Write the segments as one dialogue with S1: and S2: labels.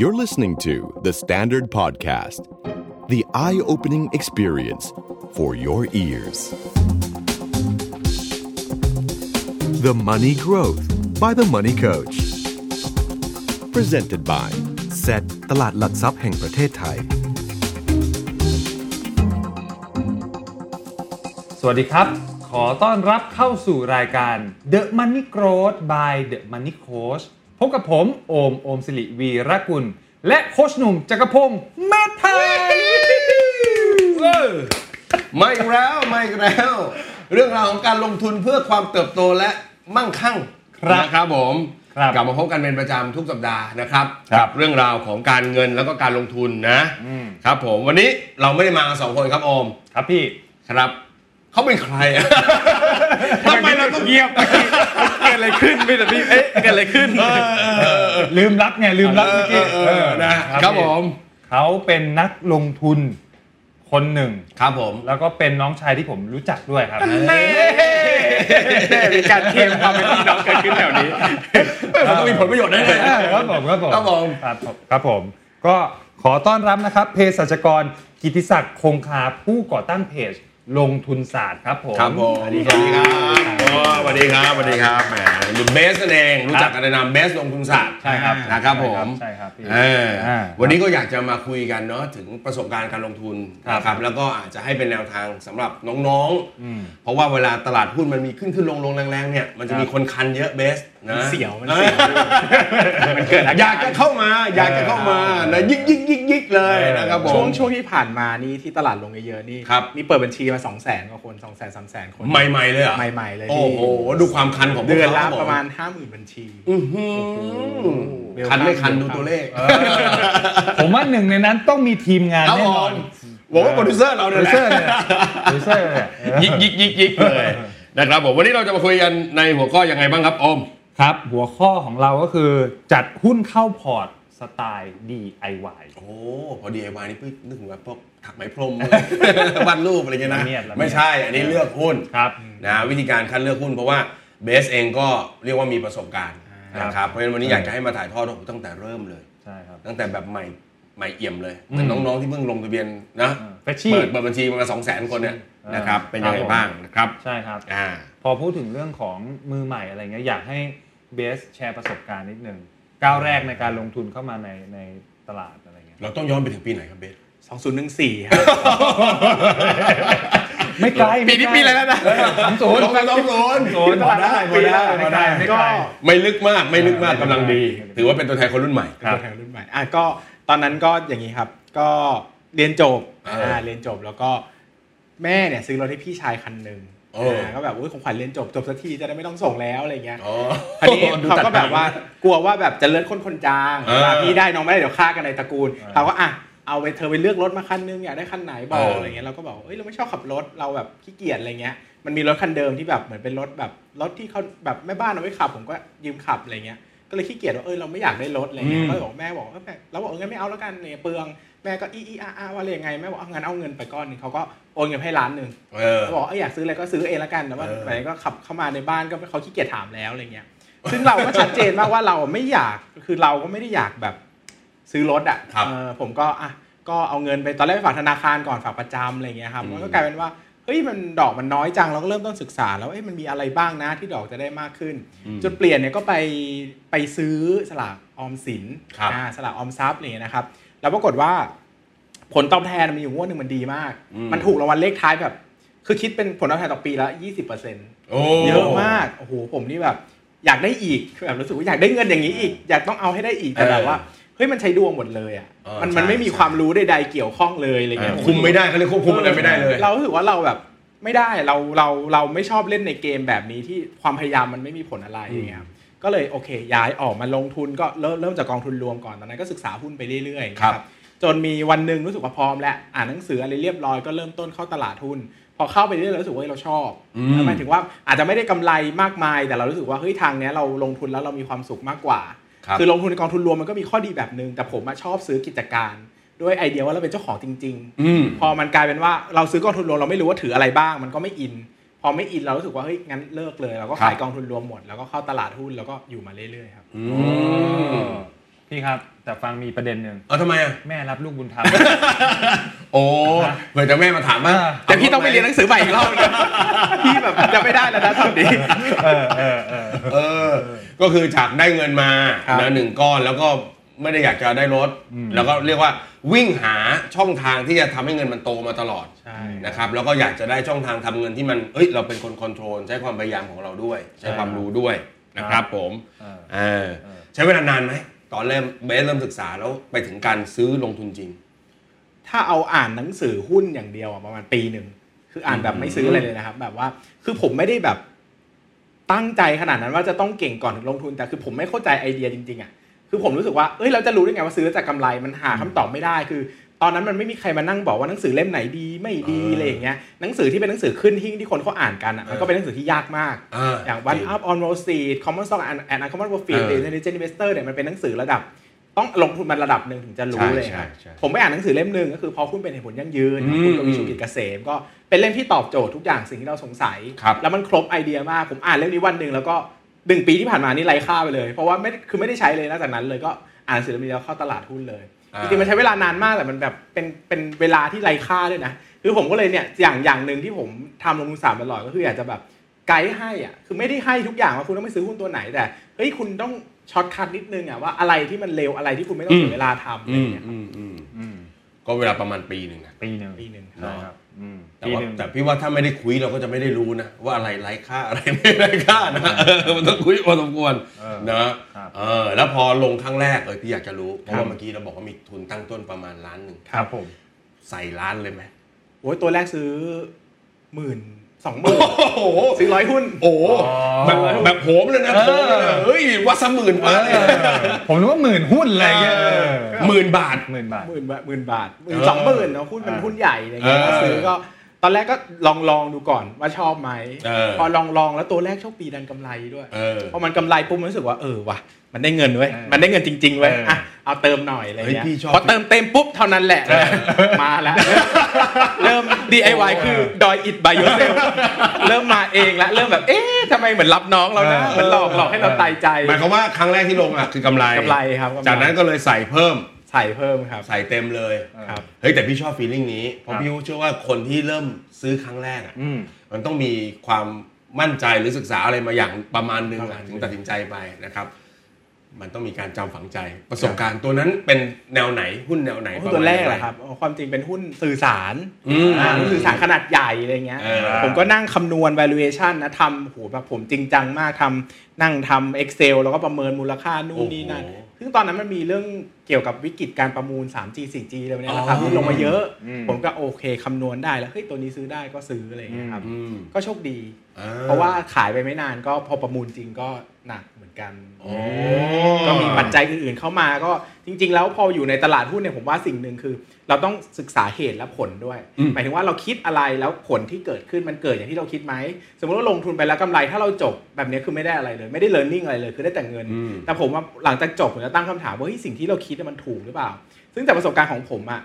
S1: You're listening to The Standard Podcast, the eye opening experience for your ears. The Money Growth by The Money Coach. Presented by
S2: เซตตลาดหลักทรัพย์แห่งประเทศไทย
S3: สวัสดีครับ ขอต้อนรับเข้าสู่รายการ The Money Growth by The Money Coach พบกับผม โอม โอมสิริวีระกุล และโคชหนุ่มจักรพงศ์เมธไทย
S4: มาอีกแล้วมาอีกแล้ว เรื่องราวของการลงทุนเพื่อความเติบโตและมั่งคั่ง
S3: ครับ
S4: นะครับผม
S3: ครับ
S4: กลับมาพบกันเป็นประจำทุกสัปดาห์นะครับกับเรื่องราวของการเงินแล้วก็การลงทุนนะครับผมวันนี้เราไม่ได้มากันสองคนครับออม
S3: ครับพี่
S4: ครับเขาเป็นใครอะ ทำไมเราต้อง
S3: เงียบ
S2: เกิดอะไรขึ้นไม่แต่พี่เอ๊ะเกิดอะไรขึ้น
S3: ลืมรับไงลืมรับเมื่อกี้
S4: เออเออนะครับผม
S3: เขาเป็นนักลงทุนคนหนึ่ง
S4: ครับผม
S3: แล้วก็เป็นน้องชายที่ผมรู้จักด้วยครับ
S2: มีการเค็มความเป็นพี่น้องเกิดขึ้นแถวนี้
S4: มันต้องมีผลประโยชน์แน่เลย
S3: ครับผมครับผม
S4: ครับผม
S3: ครับผมครับผม ก็ขอต้อนรับนะครับเภสัชกรกิติศักดิ์คงคาผู้ก่อตั้งเพจลงทุนศาสตร์ครับผม
S4: ครับผมสวัสดีครับอ๋อสวัสดีครับสวัสดีครับแหมหรือเบสนั่นเองรู้จักกันในนามเบสลงทุนศาสตร์
S3: ใช่ครับ
S4: นะครับผม
S3: ใช่ครับพี่
S4: เอออา วันนี้ก็อยากจะมาคุยกันเนาะถึงประสบการณ์การลงทุน
S3: ครับ
S4: นะครับแล้วก็อาจจะให้เป็นแนวทางสำหรับน้อง
S3: อืม
S4: ๆ เพราะว่าเวลาตลาดหุ้นมันมีขึ้นขึ้นลงลงๆแรงๆเนี่ยมันจะมีคนคันเยอะเบสนะ
S2: เสี่ยวมัน
S4: ออ
S2: เสี่ยว มันเกิด
S4: อ
S2: อาาย
S4: ยากจะเข้ามาอยากจะเข้ามานะยิกยิกยิกยิกเลย
S3: เออ
S4: นะครับผม
S5: ช่วงช่วงที่ผ่านมานี่ที่ตลาดลงเยอะๆนี่
S4: ครับ
S5: นี่เปิดบัญชีมา2 0 0แสนกว่าคน2 0 0แสนสามแสนคน
S4: ใหม่ๆเลยเหรอ
S5: ใหม่ๆเลย
S4: โอ้
S5: พี่
S4: โหดูความคันของพวก
S5: เดือน
S4: ข
S5: ละ
S4: คบผ
S5: ประมาณ 5 0,000 บัญชี
S4: อื้อหือคันไม่คันดูตัวเลข
S3: ผมว่าหนึ่งในนั้นต้องมีทีมงาน
S4: ครับ
S3: แน่
S4: ผ
S3: นอ
S4: ม
S3: น
S4: บอกว่าโปรดิวเซอร์เรา
S3: โปร
S4: เนี่ย
S3: ดิว
S4: แหละ
S3: เซอร์เนี่ยโปรดิวเซอร์เนี่ยเออ
S4: ยิกยิกยิกยิกเลยนะครับผมวันนี้เราจะมาคุยกันในหัวข้อยังไงบ้างครับอม
S3: ครับ หัวข้อของเราก็คือ จัดหุ้นเข้าพอร์ตสไตล์ DIY
S4: โอ้พอดีไอวานี่เพิ่งนึกถึงว่าพวกถักไหมพร มวาดรูปอะไรเงี้ยนะ
S3: ละเมียดละเมียด
S4: ไม่ใช่ อันนี้เลือกหุ้น
S3: ครับ
S4: นะวิธีการคัดเลือกหุ้นเพราะว่าเบสเองก็เรียกว่ามีประสบการณ์นะครับเพราะฉะนั้นวันนี้อยากจะให้มาถ่ายทอดตั้งแต่เริ่มเลย
S3: ใช่ครับ
S4: ตั้งแต่แบบใหม่ใหม่เอี่ยมเลยเหมือน
S3: อืม
S4: น้องๆที่เพิ่งลงทะเบียนนะ
S3: อ่า Freshie
S4: เปิดเปิดบัญชีประมาสองแสนคนเนี่ย
S3: อ่าน
S4: นะครับเป็นยังไง
S3: ครับผม
S4: บ้างนะครับ
S3: ใช่ครับ
S4: อ่า
S3: พอพูดถึงเรื่องของมือใหม่อะไรเงี้ยอยากให้เบสแชร์ประสบการณ์นิดนึงก้าวแรกในการลงทุนเข้ามาในในตลาดอะไรเงี้ย
S4: เราต้องย้อนไปถึงปีไหนครับเบส
S5: 2014ครับ
S3: ไม่ไกล
S2: ปีนี้ปีอะไรแล้วนะ
S3: สามศูนย์
S4: ต้องต้องโดน
S3: ศูนย์
S4: ได้พอได้พอได้
S3: ไม่ไกล
S4: ไม่ลึกมากไม่ลึกมาก
S3: ไม่ลึกมาก
S4: กำลังดี
S3: ไม่ลึกมาก
S4: ถือว่าเป็นตัวแทนคนรุ่นใหม่
S5: เป็นตัวแทนรุ่นใหม่อ่ะก็ตอนนั้นก็อย่างนี้ครับ ก็เรียนจบ
S4: เอออ่
S5: าเรียนจบแล้วก็แม่เนี่ยซื้อรถให้พี่ชายคันหนึ่ง
S4: โอ้
S5: อ่าก็แบบอุ้ยของขวัญเรียนจบจบสักทีจะได้ไม่ต้องส่งแล้วอะไรเงี้ย
S4: อ๋อ
S5: คราวนี้เขาก็แบบว่ากลัวว่าแบบจะเลือนคนคนจาง
S4: เออ
S5: แบบพี่ได้น้องไม่ได้เดี๋ยวฆ่ากันในตระกูล
S3: เออ
S5: เขาก็อ่ะเอาไปเธอไปเลือกรถมาคันนึงอยากได้คันไหนบอ
S4: เอก ออ
S5: อะไรเงี้ยเราก็บอกเอ้ยเราไม่ชอบขับรถเราแบบขี้เกียจอะไรเงี้ยมันมีรถคันเดิมที่แบบเหมือนเป็นรถแบบรถที่เขาแบบแม่บ้านเอาไว้ขับผมก็ยืมขับอะไรเงี้ยก็เลยขี้เกียจว่าเอ้ยเราไม่อยากได้รถอะไรเงี้ย
S4: อืม
S5: ก็เลยบอกแม่บอกว่าแม่เราบอกเอองั้นไม่เอาแล้วกันเนี่ยเปลืองแม่ก็อีอีอาอาว่าอะไรยังไงแม่บอกเอางั้นเอาเงินไปก้อนหนึงเขาก็โอนเงินให้ล้านหนึ่ง
S4: เออ
S5: เขาบอกเอ้ยอยากซื้ออะไรก็ซื้อเองละกันแต่ว่า
S4: เออ
S5: ไหนก็ขับเข้ามาในบ้านก็เขาขี้เกียจถามแล้วอะไรเงี้ย ซึ่งเราก็ชัดเจนมากว่าเราไม่อยากคือเราก็ไม่ได้อยากแบบซื้อรถอ่ะ
S4: ครับ
S5: เออผมก็อ่ะก็เอาเงินไปตอนแรกไปฝากธนาคารก่อนฝากประจำอะไรเงี้ยครับ
S4: อืม
S5: มันก็กลายเป็นว่าเฮ้ยมันดอกมันน้อยจังเราก็เริ่มต้นศึกษาแล้วเอ้ยมันมีอะไรบ้างนะที่ดอกจะได้มากขึ้น จนเปลี่ยนเนี่ยก็ไปไปซื้อสลากออมสิน
S4: ครับ
S5: อ่าสลากออมทรัพย์อะไรเงี้ยนะครับ แล้วปรากฏว่าผลตอบแทนมันมีอยู่งวดหนึ่งมันดีมาก
S4: อืม
S5: มันถูกรางวัลเลขท้ายแบบ คือคิดเป็นผลตอบแทนต่อปีละยี่สิบเปอร์เซ็นต์
S4: โอ้
S5: เยอะมาก โอ้โห ผมนี่แบบ อยากได้อีกคือแบบรู้สึกว่าอยากได้เงินอย่างนี้อีก อยากต้องเอาให้ได้อีกแต่แบบว่าเฮ้ยมันใช้ดวงหมดเลยอ่ะ
S4: เออ
S5: มัน
S4: ใช่
S5: มันไม่มี
S4: ใช่
S5: ความรู้ใดๆเกี่ยวข้องเลยอะไร
S4: เอ
S5: เงี้
S4: อย คุมไม่ได้เขาเรียกควบคุมอะไรไม่ได้เลย
S5: เรารู้สึกว่าเราแบบไม่ได้เราเราเราไม่ชอบเล่นในเกมแบบนี้ที่ความพยายามมันไม่มีผลอะไรอย่างเงี้ยครับก็เลยโอเคย้ายออกมาลงทุนก็เริ่มเริ่มจากกองทุนรวมก่อนตอนนั้นก็ศึกษาหุ้นไปเรื่อยๆ
S4: ครับ
S5: นะจนมีวันหนึ่งรู้สึกว่าพร้อมแล้วอ่านหนังสืออะไรเรียบร้อยก็เริ่มต้นเข้าตลาดหุ้นพอเข้าไปเรื่อยๆรู้สึกว่าเฮ้ยเราชอบหมายถึงว่าอาจจะไม่ได้กำไรมากมาย แต่เรารู้สึกว่าเฮ้ยทางเนี้ยเราลงทุนแล้วเรามีความสุขมากกว่า
S4: ครับ
S5: คือลงทุนในกองทุนรวมมันก็มีข้อดีแบบนึงแต่ผมอะชอบซื้อกิจการด้วยไอเดียว่าเราเป็นเจ้าของจริง ๆ
S4: อืม
S5: พอมันกลายเป็นว่าเราซื้อกองทุนรวมเราไม่รู้ว่าถืออะไรบ้าง มันก็ไม่อิน พอไม่อินเรารู้สึกว่าเฮ้ยงั้นเลิกเลยเราก็
S4: ครับ
S5: ขายกองทุนรวมหมด แล้วก็เข้าตลาดหุ้นแล้วก็อยู่มาเรื่อยๆครับ
S4: อื
S3: อ๋
S4: ม
S3: อพี่ ครับ แต่ฟังมีประเด็นหนึ่ง
S4: เอาทำไมอ่ะ
S3: แม่รับลูกบุญธรรม
S4: โอ้เผื่อจะแม่มาถามว่า
S3: เออ
S5: แต่พี่ต้องไปเรียนหนังสือใหม่อีกรอบนะพี่แบบจะไม่ได้แล้วนะทำดี
S3: เออเออเออ
S4: เออ ก็คือจากได้เงินมา
S5: ครับ
S4: นะหนึ่งก้อนแล้วก็ไม่ได้อยากจะได้รถ แล้วก็เรียกว่าวิ่งหาช่องทางที่จะทำให้เงินมันโตมาตลอด
S5: ใช่
S4: นะครับ แล้วก็อยากจะได้ช่องทางทำเงินที่มันเอ้ยเราเป็นคนคอนโทรลใช้ความพยายามของเราด้วย ใช้ความรู้ด้วยนะครับผม
S3: เออ
S4: เออใช้เวลานานไหมตอนเริ่มเบสเริ่มศึกษาแล้วไปถึงการซื้อลงทุนจริง
S5: ถ้าเอาอ่านหนังสือหุ้นอย่างเดียวอะประมาณปีหนึ่งคืออ่านแบบไม่ซื้ออะไรเลยนะครับ แบบว่าคือผมไม่ได้แบบตั้งใจขนาดนั้นว่าจะต้องเก่งก่อนถึงลงทุนแต่คือผมไม่เข้าใจไอเดียจริงๆอ่ะคือผมรู้สึกว่าเอ้ยเราจะรู้ได้ไงว่าซื้อแล้วจะกำไรมันหาคำตอบไม่ได้คือ ตอนนั้นมันไม่มีใครมานั่งบอกว่าหนังสือเล่มไหนดีไม่ดี
S4: เอออ
S5: อะไรอย่างเงี้ยหนังสือที่เป็นหนังสือขึ้นหิ้งที่คนเขาอ่านกันอ่ะมันก็เป็นหนังสือที่ยากมาก
S4: เอออ
S5: อย่าง One
S4: จริง
S5: Up on Wall Street Common Stock and and Uncommon Profit
S4: เออ
S5: The Intelligent Investor เนี่ยมันเป็นหนังสือระดับ ต้องลงทุนมันระดับหนึ่งถึงจะรู้เลยครับ
S4: ใช่ใช่ใช่
S5: ผมไปอ่านหนังสือเล่มหนึ่งก็คือพอหุ้นเป็นเหตุผลยั่งยืนของคุณ
S4: อืม
S5: กวีชูกิจเกษมก็เป็นเล่มที่ตอบโจทย์ทุกอย่างสิ่งที่เราสงสัย
S4: ครับ
S5: แล้วมันครบไอเดียมาก ผมอ่านเล่มนี้วันหนึ่งแล้วก็หนึ่งปีที่ผ่านมานี่ไร้ค่าไปเลย เพราะว่าไม่คือไม่ได้ใช้เลยนะจากนั้นเลยก็อ่านหนังสือเล่มนี้แล้วเข้าตลาดหุ้นเลย
S4: อ่า
S5: จริงๆมันใช้เวลานานมากแต่มันแบบเป็นเป็นเวลาที่ไร้ค่าด้วยนะคือผมก็เลยเนี่ยอย่างอย่างหนึ่งที่ผมทำลงทุนสามตลอดก็คืออยากจะแบบไกด์ให้อ่ะคือไม่ได้ให้ทุกอย่างว่าคุณต้องไปซื้อหุ้นตัวไหนแต่เฮ้ยคุณต้องช็อตคัดนิดนึงอ่ะว่าอะไรที่มันเลวอะไรที่คุณไม่ต้องเสียเวลาทำอะไร
S4: อื
S5: อย่าม งเงี้ย
S4: อืมอืม
S3: อืม
S4: ก็เวลาประมาณปีหนึ่งอะ
S3: ปีหนึ่ง
S5: ปีหนึ่ง
S3: ใช่ครับอืม
S4: แต่
S3: ปีห
S4: ว่า
S3: นึ่ง
S4: แต่พี่ว่าถ้าไม่ได้คุยเราก็จะไม่ได้รู้นะ ว่าอะไรไร้ค่า อะไรไม่ไร้ค่านะเออมันต้องคุยพอสมควร
S3: เออ
S4: นะครับ เออแล้วพอลงครั้งแรกเออพี่อยากจะรู้เพราะว่าเมื่อกี้เราบอกว่ามีทุนตั้งต้นประมาณล้านหนึ่ง
S3: ครับผม
S4: ใส่ล้านเลยไหม
S5: โอ้ยตัวแรกซื้อหมื่นสองหมื่น
S4: โอ้โห
S5: ซื้อร้อยหุ้น
S4: โอ้โห
S3: อ๋อ
S4: แบบแบบโหมเลยนะโหมเลยนะ
S3: เออ
S4: เฮ้ยว่าสกหมื่นมาเลย
S3: ผมนึกว่าหมื่นหุ้นอะไรเงี้ยเออ
S4: หมื่นบาท
S3: หมื่นบาท
S5: หมื่นบาทหมื่นบาทหมื่น
S4: เออ
S5: สองหมื่นเนาะหุ้นมัน
S3: เออ
S5: หุ้นใหญ่อะไรเงี้ย
S4: เออ
S5: ซื้อก็ตอนแรกก็ลองลองดูก่อนว่าชอบไหม
S4: เออ
S5: พอลองลองแล้วตัวแรกโชคดีดันกำไรด้วย
S4: เออ
S5: พอมันกำไรปุ๊บมันรู้สึกว่าเออว่ะมันได้เงินเว้ย
S3: เออ
S5: มันได้เงินจริงๆเว้ย
S3: เอออ่
S5: อ่ะเอาเติมหน่อยอะไร
S4: เฮ้ย
S5: เงี้ย
S4: พี่ชอบ
S5: พอเติมเต็มปุ๊บเท่านั้นแหละ มาแล้ว เริ่ม DIY คือดอยอิดบายเซลเริ่มมาเองละเริ่มแบบเอ๊ะทำไมเหมือนรับน้องเรานะ
S3: เออ
S5: มันหลอกหลอกให้เราตายใจ
S4: หมายความว่าครั้งแรกที่ลงอ่ะคือกำไร
S5: กำไรครับกำไร
S4: จากนั้นก็เลยใส่เพิ่ม
S5: ใส่เพิ่มครับ
S4: ใส่เต็มเลย
S5: ครับ
S4: เฮ้ยแต่พี่ชอบฟีลลิ่งนี้
S3: ค
S4: เพราะ
S3: รับ
S4: พี่เชื่อว่าคนที่เริ่มซื้อครั้งแรกอะ
S3: อืม
S4: มันต้องมีความมั่นใจหรือศึกษาอะไรมาอย่างประมาณหนึง
S5: ประ
S4: อะ
S5: มาณหนึ่
S4: ถึ
S5: ง
S4: งตัดสินใจไปนะครับ มันต้องมีการจำฝังใจประสบการณ์ตัวนั้นเป็นแนวไหนหุ้นแนวไหน
S5: หุ้นตัวแรก
S4: ปะมาณไหน
S5: แหละครับอ๋อความจริงเป็นหุ้นสื่อสาร
S4: อืม
S5: อ่าหุ้นสื่อสารขนาดใหญ่อะไรเงี้ย
S4: เออ
S5: ผมก็นั่งคำนวณ valuation นะทำโหแบบผมจริงจังมากทำนั่งทำ Excel แล้วก็ประเมินมูลค่านู่นนี่นั่น
S4: โอ้โห
S5: ซึ่งตอนนั้นมันมีเรื่องเกี่ยวกับวิกฤตการประมูล 3G 4G อะไรเนี่ยราคา
S4: อ๋อ
S5: หุ้นลงมาเยอะ
S3: อืม
S5: ผมก็โอเคคำนวณได้แล้ว เฮ้ย ตัวนี้ซื้อได้ก็ซื้ออะไรเงี้ยครับ
S4: อืม
S5: ก็โชคดี
S4: อ่
S5: เพราะว่าขายไปไม่นานก็พอประมูลจริงก็หนักเหมือนกัน
S4: โอ้
S5: ก็มีปัจจัยอื่นๆเข้ามาก็จริง ๆ แล้วพออยู่ในตลาดหุ้นเนี่ยผมว่าสิ่งหนึ่งคือ เราต้องศึกษาเหตุและผลด้วย หมายถึงว่าเราคิดอะไรแล้วผลที่เกิดขึ้นมันเกิดอย่างที่เราคิดไหมสมมติว่าลงทุนไปแล้วกำไรถ้าเราจบแบบเนี้ยคือไม่ได้อะไรเลย ไม่ได้ learning อะไรเลยคือได้แต่เงิน
S4: อืม
S5: แต่ผมว่าหลังจากจบผมจะตั้งคำถามว่าเฮ้ยสิ่งที่เราคิดเนี่ยมันถูกหรือเปล่า ซึ่งจากประสบการณ์ของผมอะ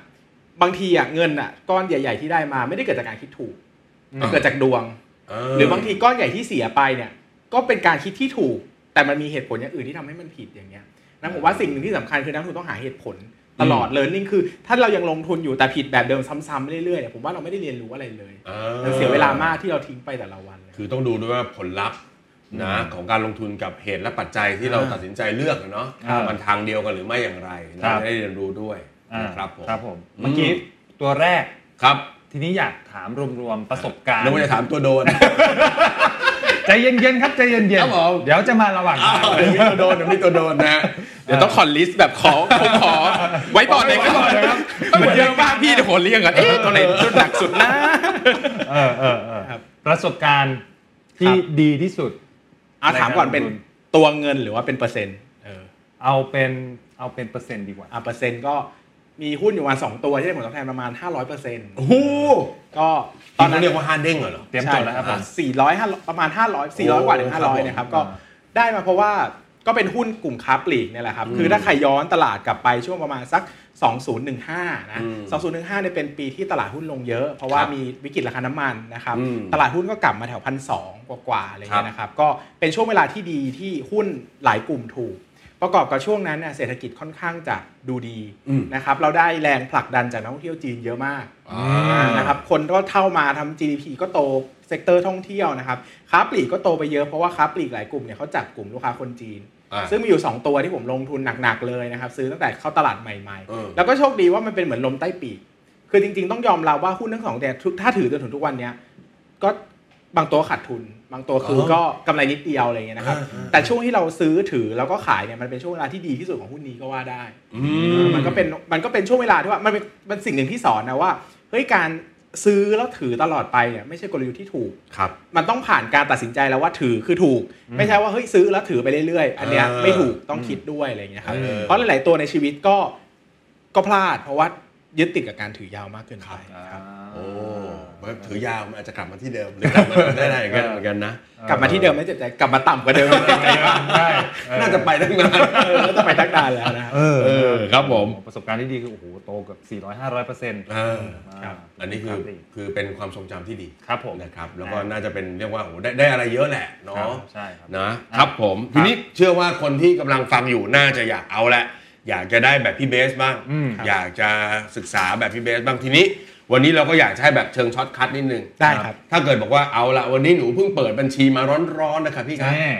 S5: บางทีอะเงินอะก้อนใหญ่ ๆ ที่ได้มาไม่ได้เกิดจากการคิดถูก
S4: อ่า
S5: เกิดจากดวง
S4: เห
S5: รือบางทีก้อนใหญ่ที่เสียไปเนี่ยก็เป็นการคิดที่ถูก แต่มันมีเหตุผลอย่างอื่นที่ทำให้มันผิดอย่างเงี้ยนะผมว่าสิ่งหนึ่งที่สำคัญคือนักลงทุนต้องหาเหตุผลตลอดเลยนี่คือ ถ้าเรายังลงทุนอยู่แต่ผิดแบบเดิมซ้ำๆเรื่อยๆเนี่ยผมว่าเราไม่ได้เรียนรู้อะไรเลยมันเสียเวลามากที่เราทิ้งไปแต่ละวันเลย
S4: คือต้องดูด้วยว่าผลลัพธ์นะของการลงทุนกับเหตุและปัจจัยที่เรา
S5: อ่า
S4: ตัดสินใจเลือกอะเนาะ
S3: ครับ
S4: มันทางเดียวกันหรือไม่อย่างไรนะครับ จะได้เรียนรู้ด้วย
S3: อ่า
S4: นะครับผม
S3: ครับผม
S4: อืม
S3: เมื่อกี้ตัวแรก
S4: ครับ
S3: ทีนี้อยากถามรวมๆประสบการณ์
S4: แล้วก็จะถามตัวโดน
S3: ใจเย็นๆครับใจเย็น
S4: ครับผม
S3: ๆเดี๋ยวจะมาระหว่างทาง
S4: เดี๋ยวมีตัวโดนเดี๋ยวมีตัวโดนนะ
S5: เดี๋ยวต้องขอลิสต์แบบขอผมขอไว้บอร์ดเลยครับ
S3: ไว้บอร์ดเลยครับ
S5: มันเยอะมากพี่เดี๋ยวผมเรียงก่อนเอ๊ะตัวไหนตัวหนักสุดนะ
S3: เออเออเออ
S5: ครับ
S3: ประสบการณ์
S5: ครั
S3: ที่
S5: บ
S3: ดีที่สุด
S5: เอาถามก่อนเป็นตัวเงินหรือว่าเป็นเปอร์เซ็นต์เออ
S3: เอาเป็นเอาเป็นเปอร์เซ็นต์ดีกว่า
S5: อ่ะเปอร์เซ็นต์ก็มีหุ้นอยู่ประมาณสองตัวที่ได้ผลตอบแทนประมาณ 500เปอร์เซ็นต์
S4: โอ้โห
S5: ก็
S4: ตอนนั้นเรียกว่าห้าเด้งเหรอ
S3: เตรียมจดแล้วครับผม
S5: 400 500ประมาณ 500 400 กว่าถึง
S4: ครับผม
S5: 500นะครับก็ได้มาเพราะว่าก็เป็นหุ้นกลุ่มค้าปลีกเนี่ยแหละครับ คือถ้าใครย้อนตลาดกลับไปช่วงประมาณสัก 2015 นะ
S4: อืม
S5: 2015เนี่ยเป็นปีที่ตลาดหุ้นลงเยอะ เพราะว่า
S4: ครับ
S5: มีวิกฤตราคาน้ำมันนะครับ
S4: อืม
S5: ตลาดหุ้นก็กลับมาแถวพันสกว่าๆอะไรเงี้ยนะครับ ก็เป็นช่วงเวลาที่ดีที่หุ้นหลายกลุ่มถูก ประกอบกับช่วงนั้นเนี่ยเศรษฐกิจค่อนข้างจะดูดีนะครับเราได้แรงผลักดันจากนักท่องเที่ยวจีนเยอะมาก
S4: อ่า
S5: นะครับคนก็เข้ามาทำ GDP ก็โตเซกเตอร์ท่องเที่ยวนะครับค้าปลีกก็โตไปเยอะเพราะว่าค้าปลีกหลายกลุ่มเนี่ยเขาจับกลุ่มลูกค้าคนจีน
S4: อ่า
S5: ซึ่งมีอยู่ 2 ตัวที่ผมลงทุนหนัก ๆ เลยนะครับ ซื้อตั้งแต่เข้าตลาดใหม่
S4: เออ
S5: ๆ แล้วก็โชคดีว่ามันเป็นเหมือนลมใต้ปีก คือจริงๆ ต้องยอมรับว่าหุ้นทั้งสองแต่ยถ้าถือจนถึงทุกวันเนี้ยก็บางตัวขาดทุน บางตัวคือก็กำไรนิดเดียวอะไรเงี้ยนะครับแต่ช่วงที่เราซื้อถือแล้วก็ขายเนี่ยมันเป็นช่วงเวลาที่ดีที่สุดของหุ้นนี้ก็ว่าได้
S4: อื
S5: มันก็เป็นมันก็เป็นช่วงเวลาที่ว่ามันเป็นมันสิ่งหนึ่งที่สอนนะว่าเฮ้ยการซื้อแล้วถือตลอดไปเนี่ยไม่ใช่กลยุทธ์ที่ถูก
S4: ครับ
S5: มันต้องผ่านการตัดสินใจแล้วว่าถือคือถูก ไม่ใช่ว่าเฮ้ยซื้อแล้วถือไปเรื่อยๆ อันเนี้ย
S4: เออ
S5: ไม่ถูกต้องคิดด้วยอะไรอย่างเงี้ยครับ
S4: เออ
S5: เพราะหลายๆตัวในชีวิตก็ก็พลาด เพราะว่ายึดติดกับการถือยาวมากเกินไปครับ
S4: โอ้มันถือยาวมันอาจจะกลับมาที่เดิมหรือกลับมาได้อะไรอย่างเงี้ยเหมือนกันนะ
S5: กลับมาที่เดิมไม่เจ็บใจกลับมาต่ำกว่าเดิมไม่เจ็บใจมาก
S3: ได้
S4: น่าจะไปตั้งนาน
S5: เออแล้วต้องไปทักดานแล้วนะครับ
S3: เออ
S4: เออครับผม
S3: ประสบการณ์ที่ดีคือโอ้โหโตเกือบ400 500เปอร์เซ็นต์
S4: อ่า
S5: ครับ
S4: อันนี้คือคือเป็นความทรงจำที่ดี
S3: ครับผม
S4: นะครับแล้วก็น่าจะเป็นเรียกว่าโอ้โหได้ได้อะไรเยอะแหละเนาะ
S3: ใช่ครับ
S4: นะครับผมทีนี้เชื่อว่าคนที่กำลังฟังอยู่น่าจะอยากเอาแหละ อยากจะได้แบบพี่เบสบ้าง
S3: อืมครับ
S4: อยากจะศึกษาแบบพี่เบสบ้างทีนี้ วันนี้เราก็อยากจะให้แบบเชิงช็อตคัดนิดนึง
S5: ได้ครับ
S4: ถ้าเกิดบอกว่าเอาละวันนี้หนูเพิ่งเปิดบัญชีมาร้อนๆนะครับพี่ครับ
S3: แน่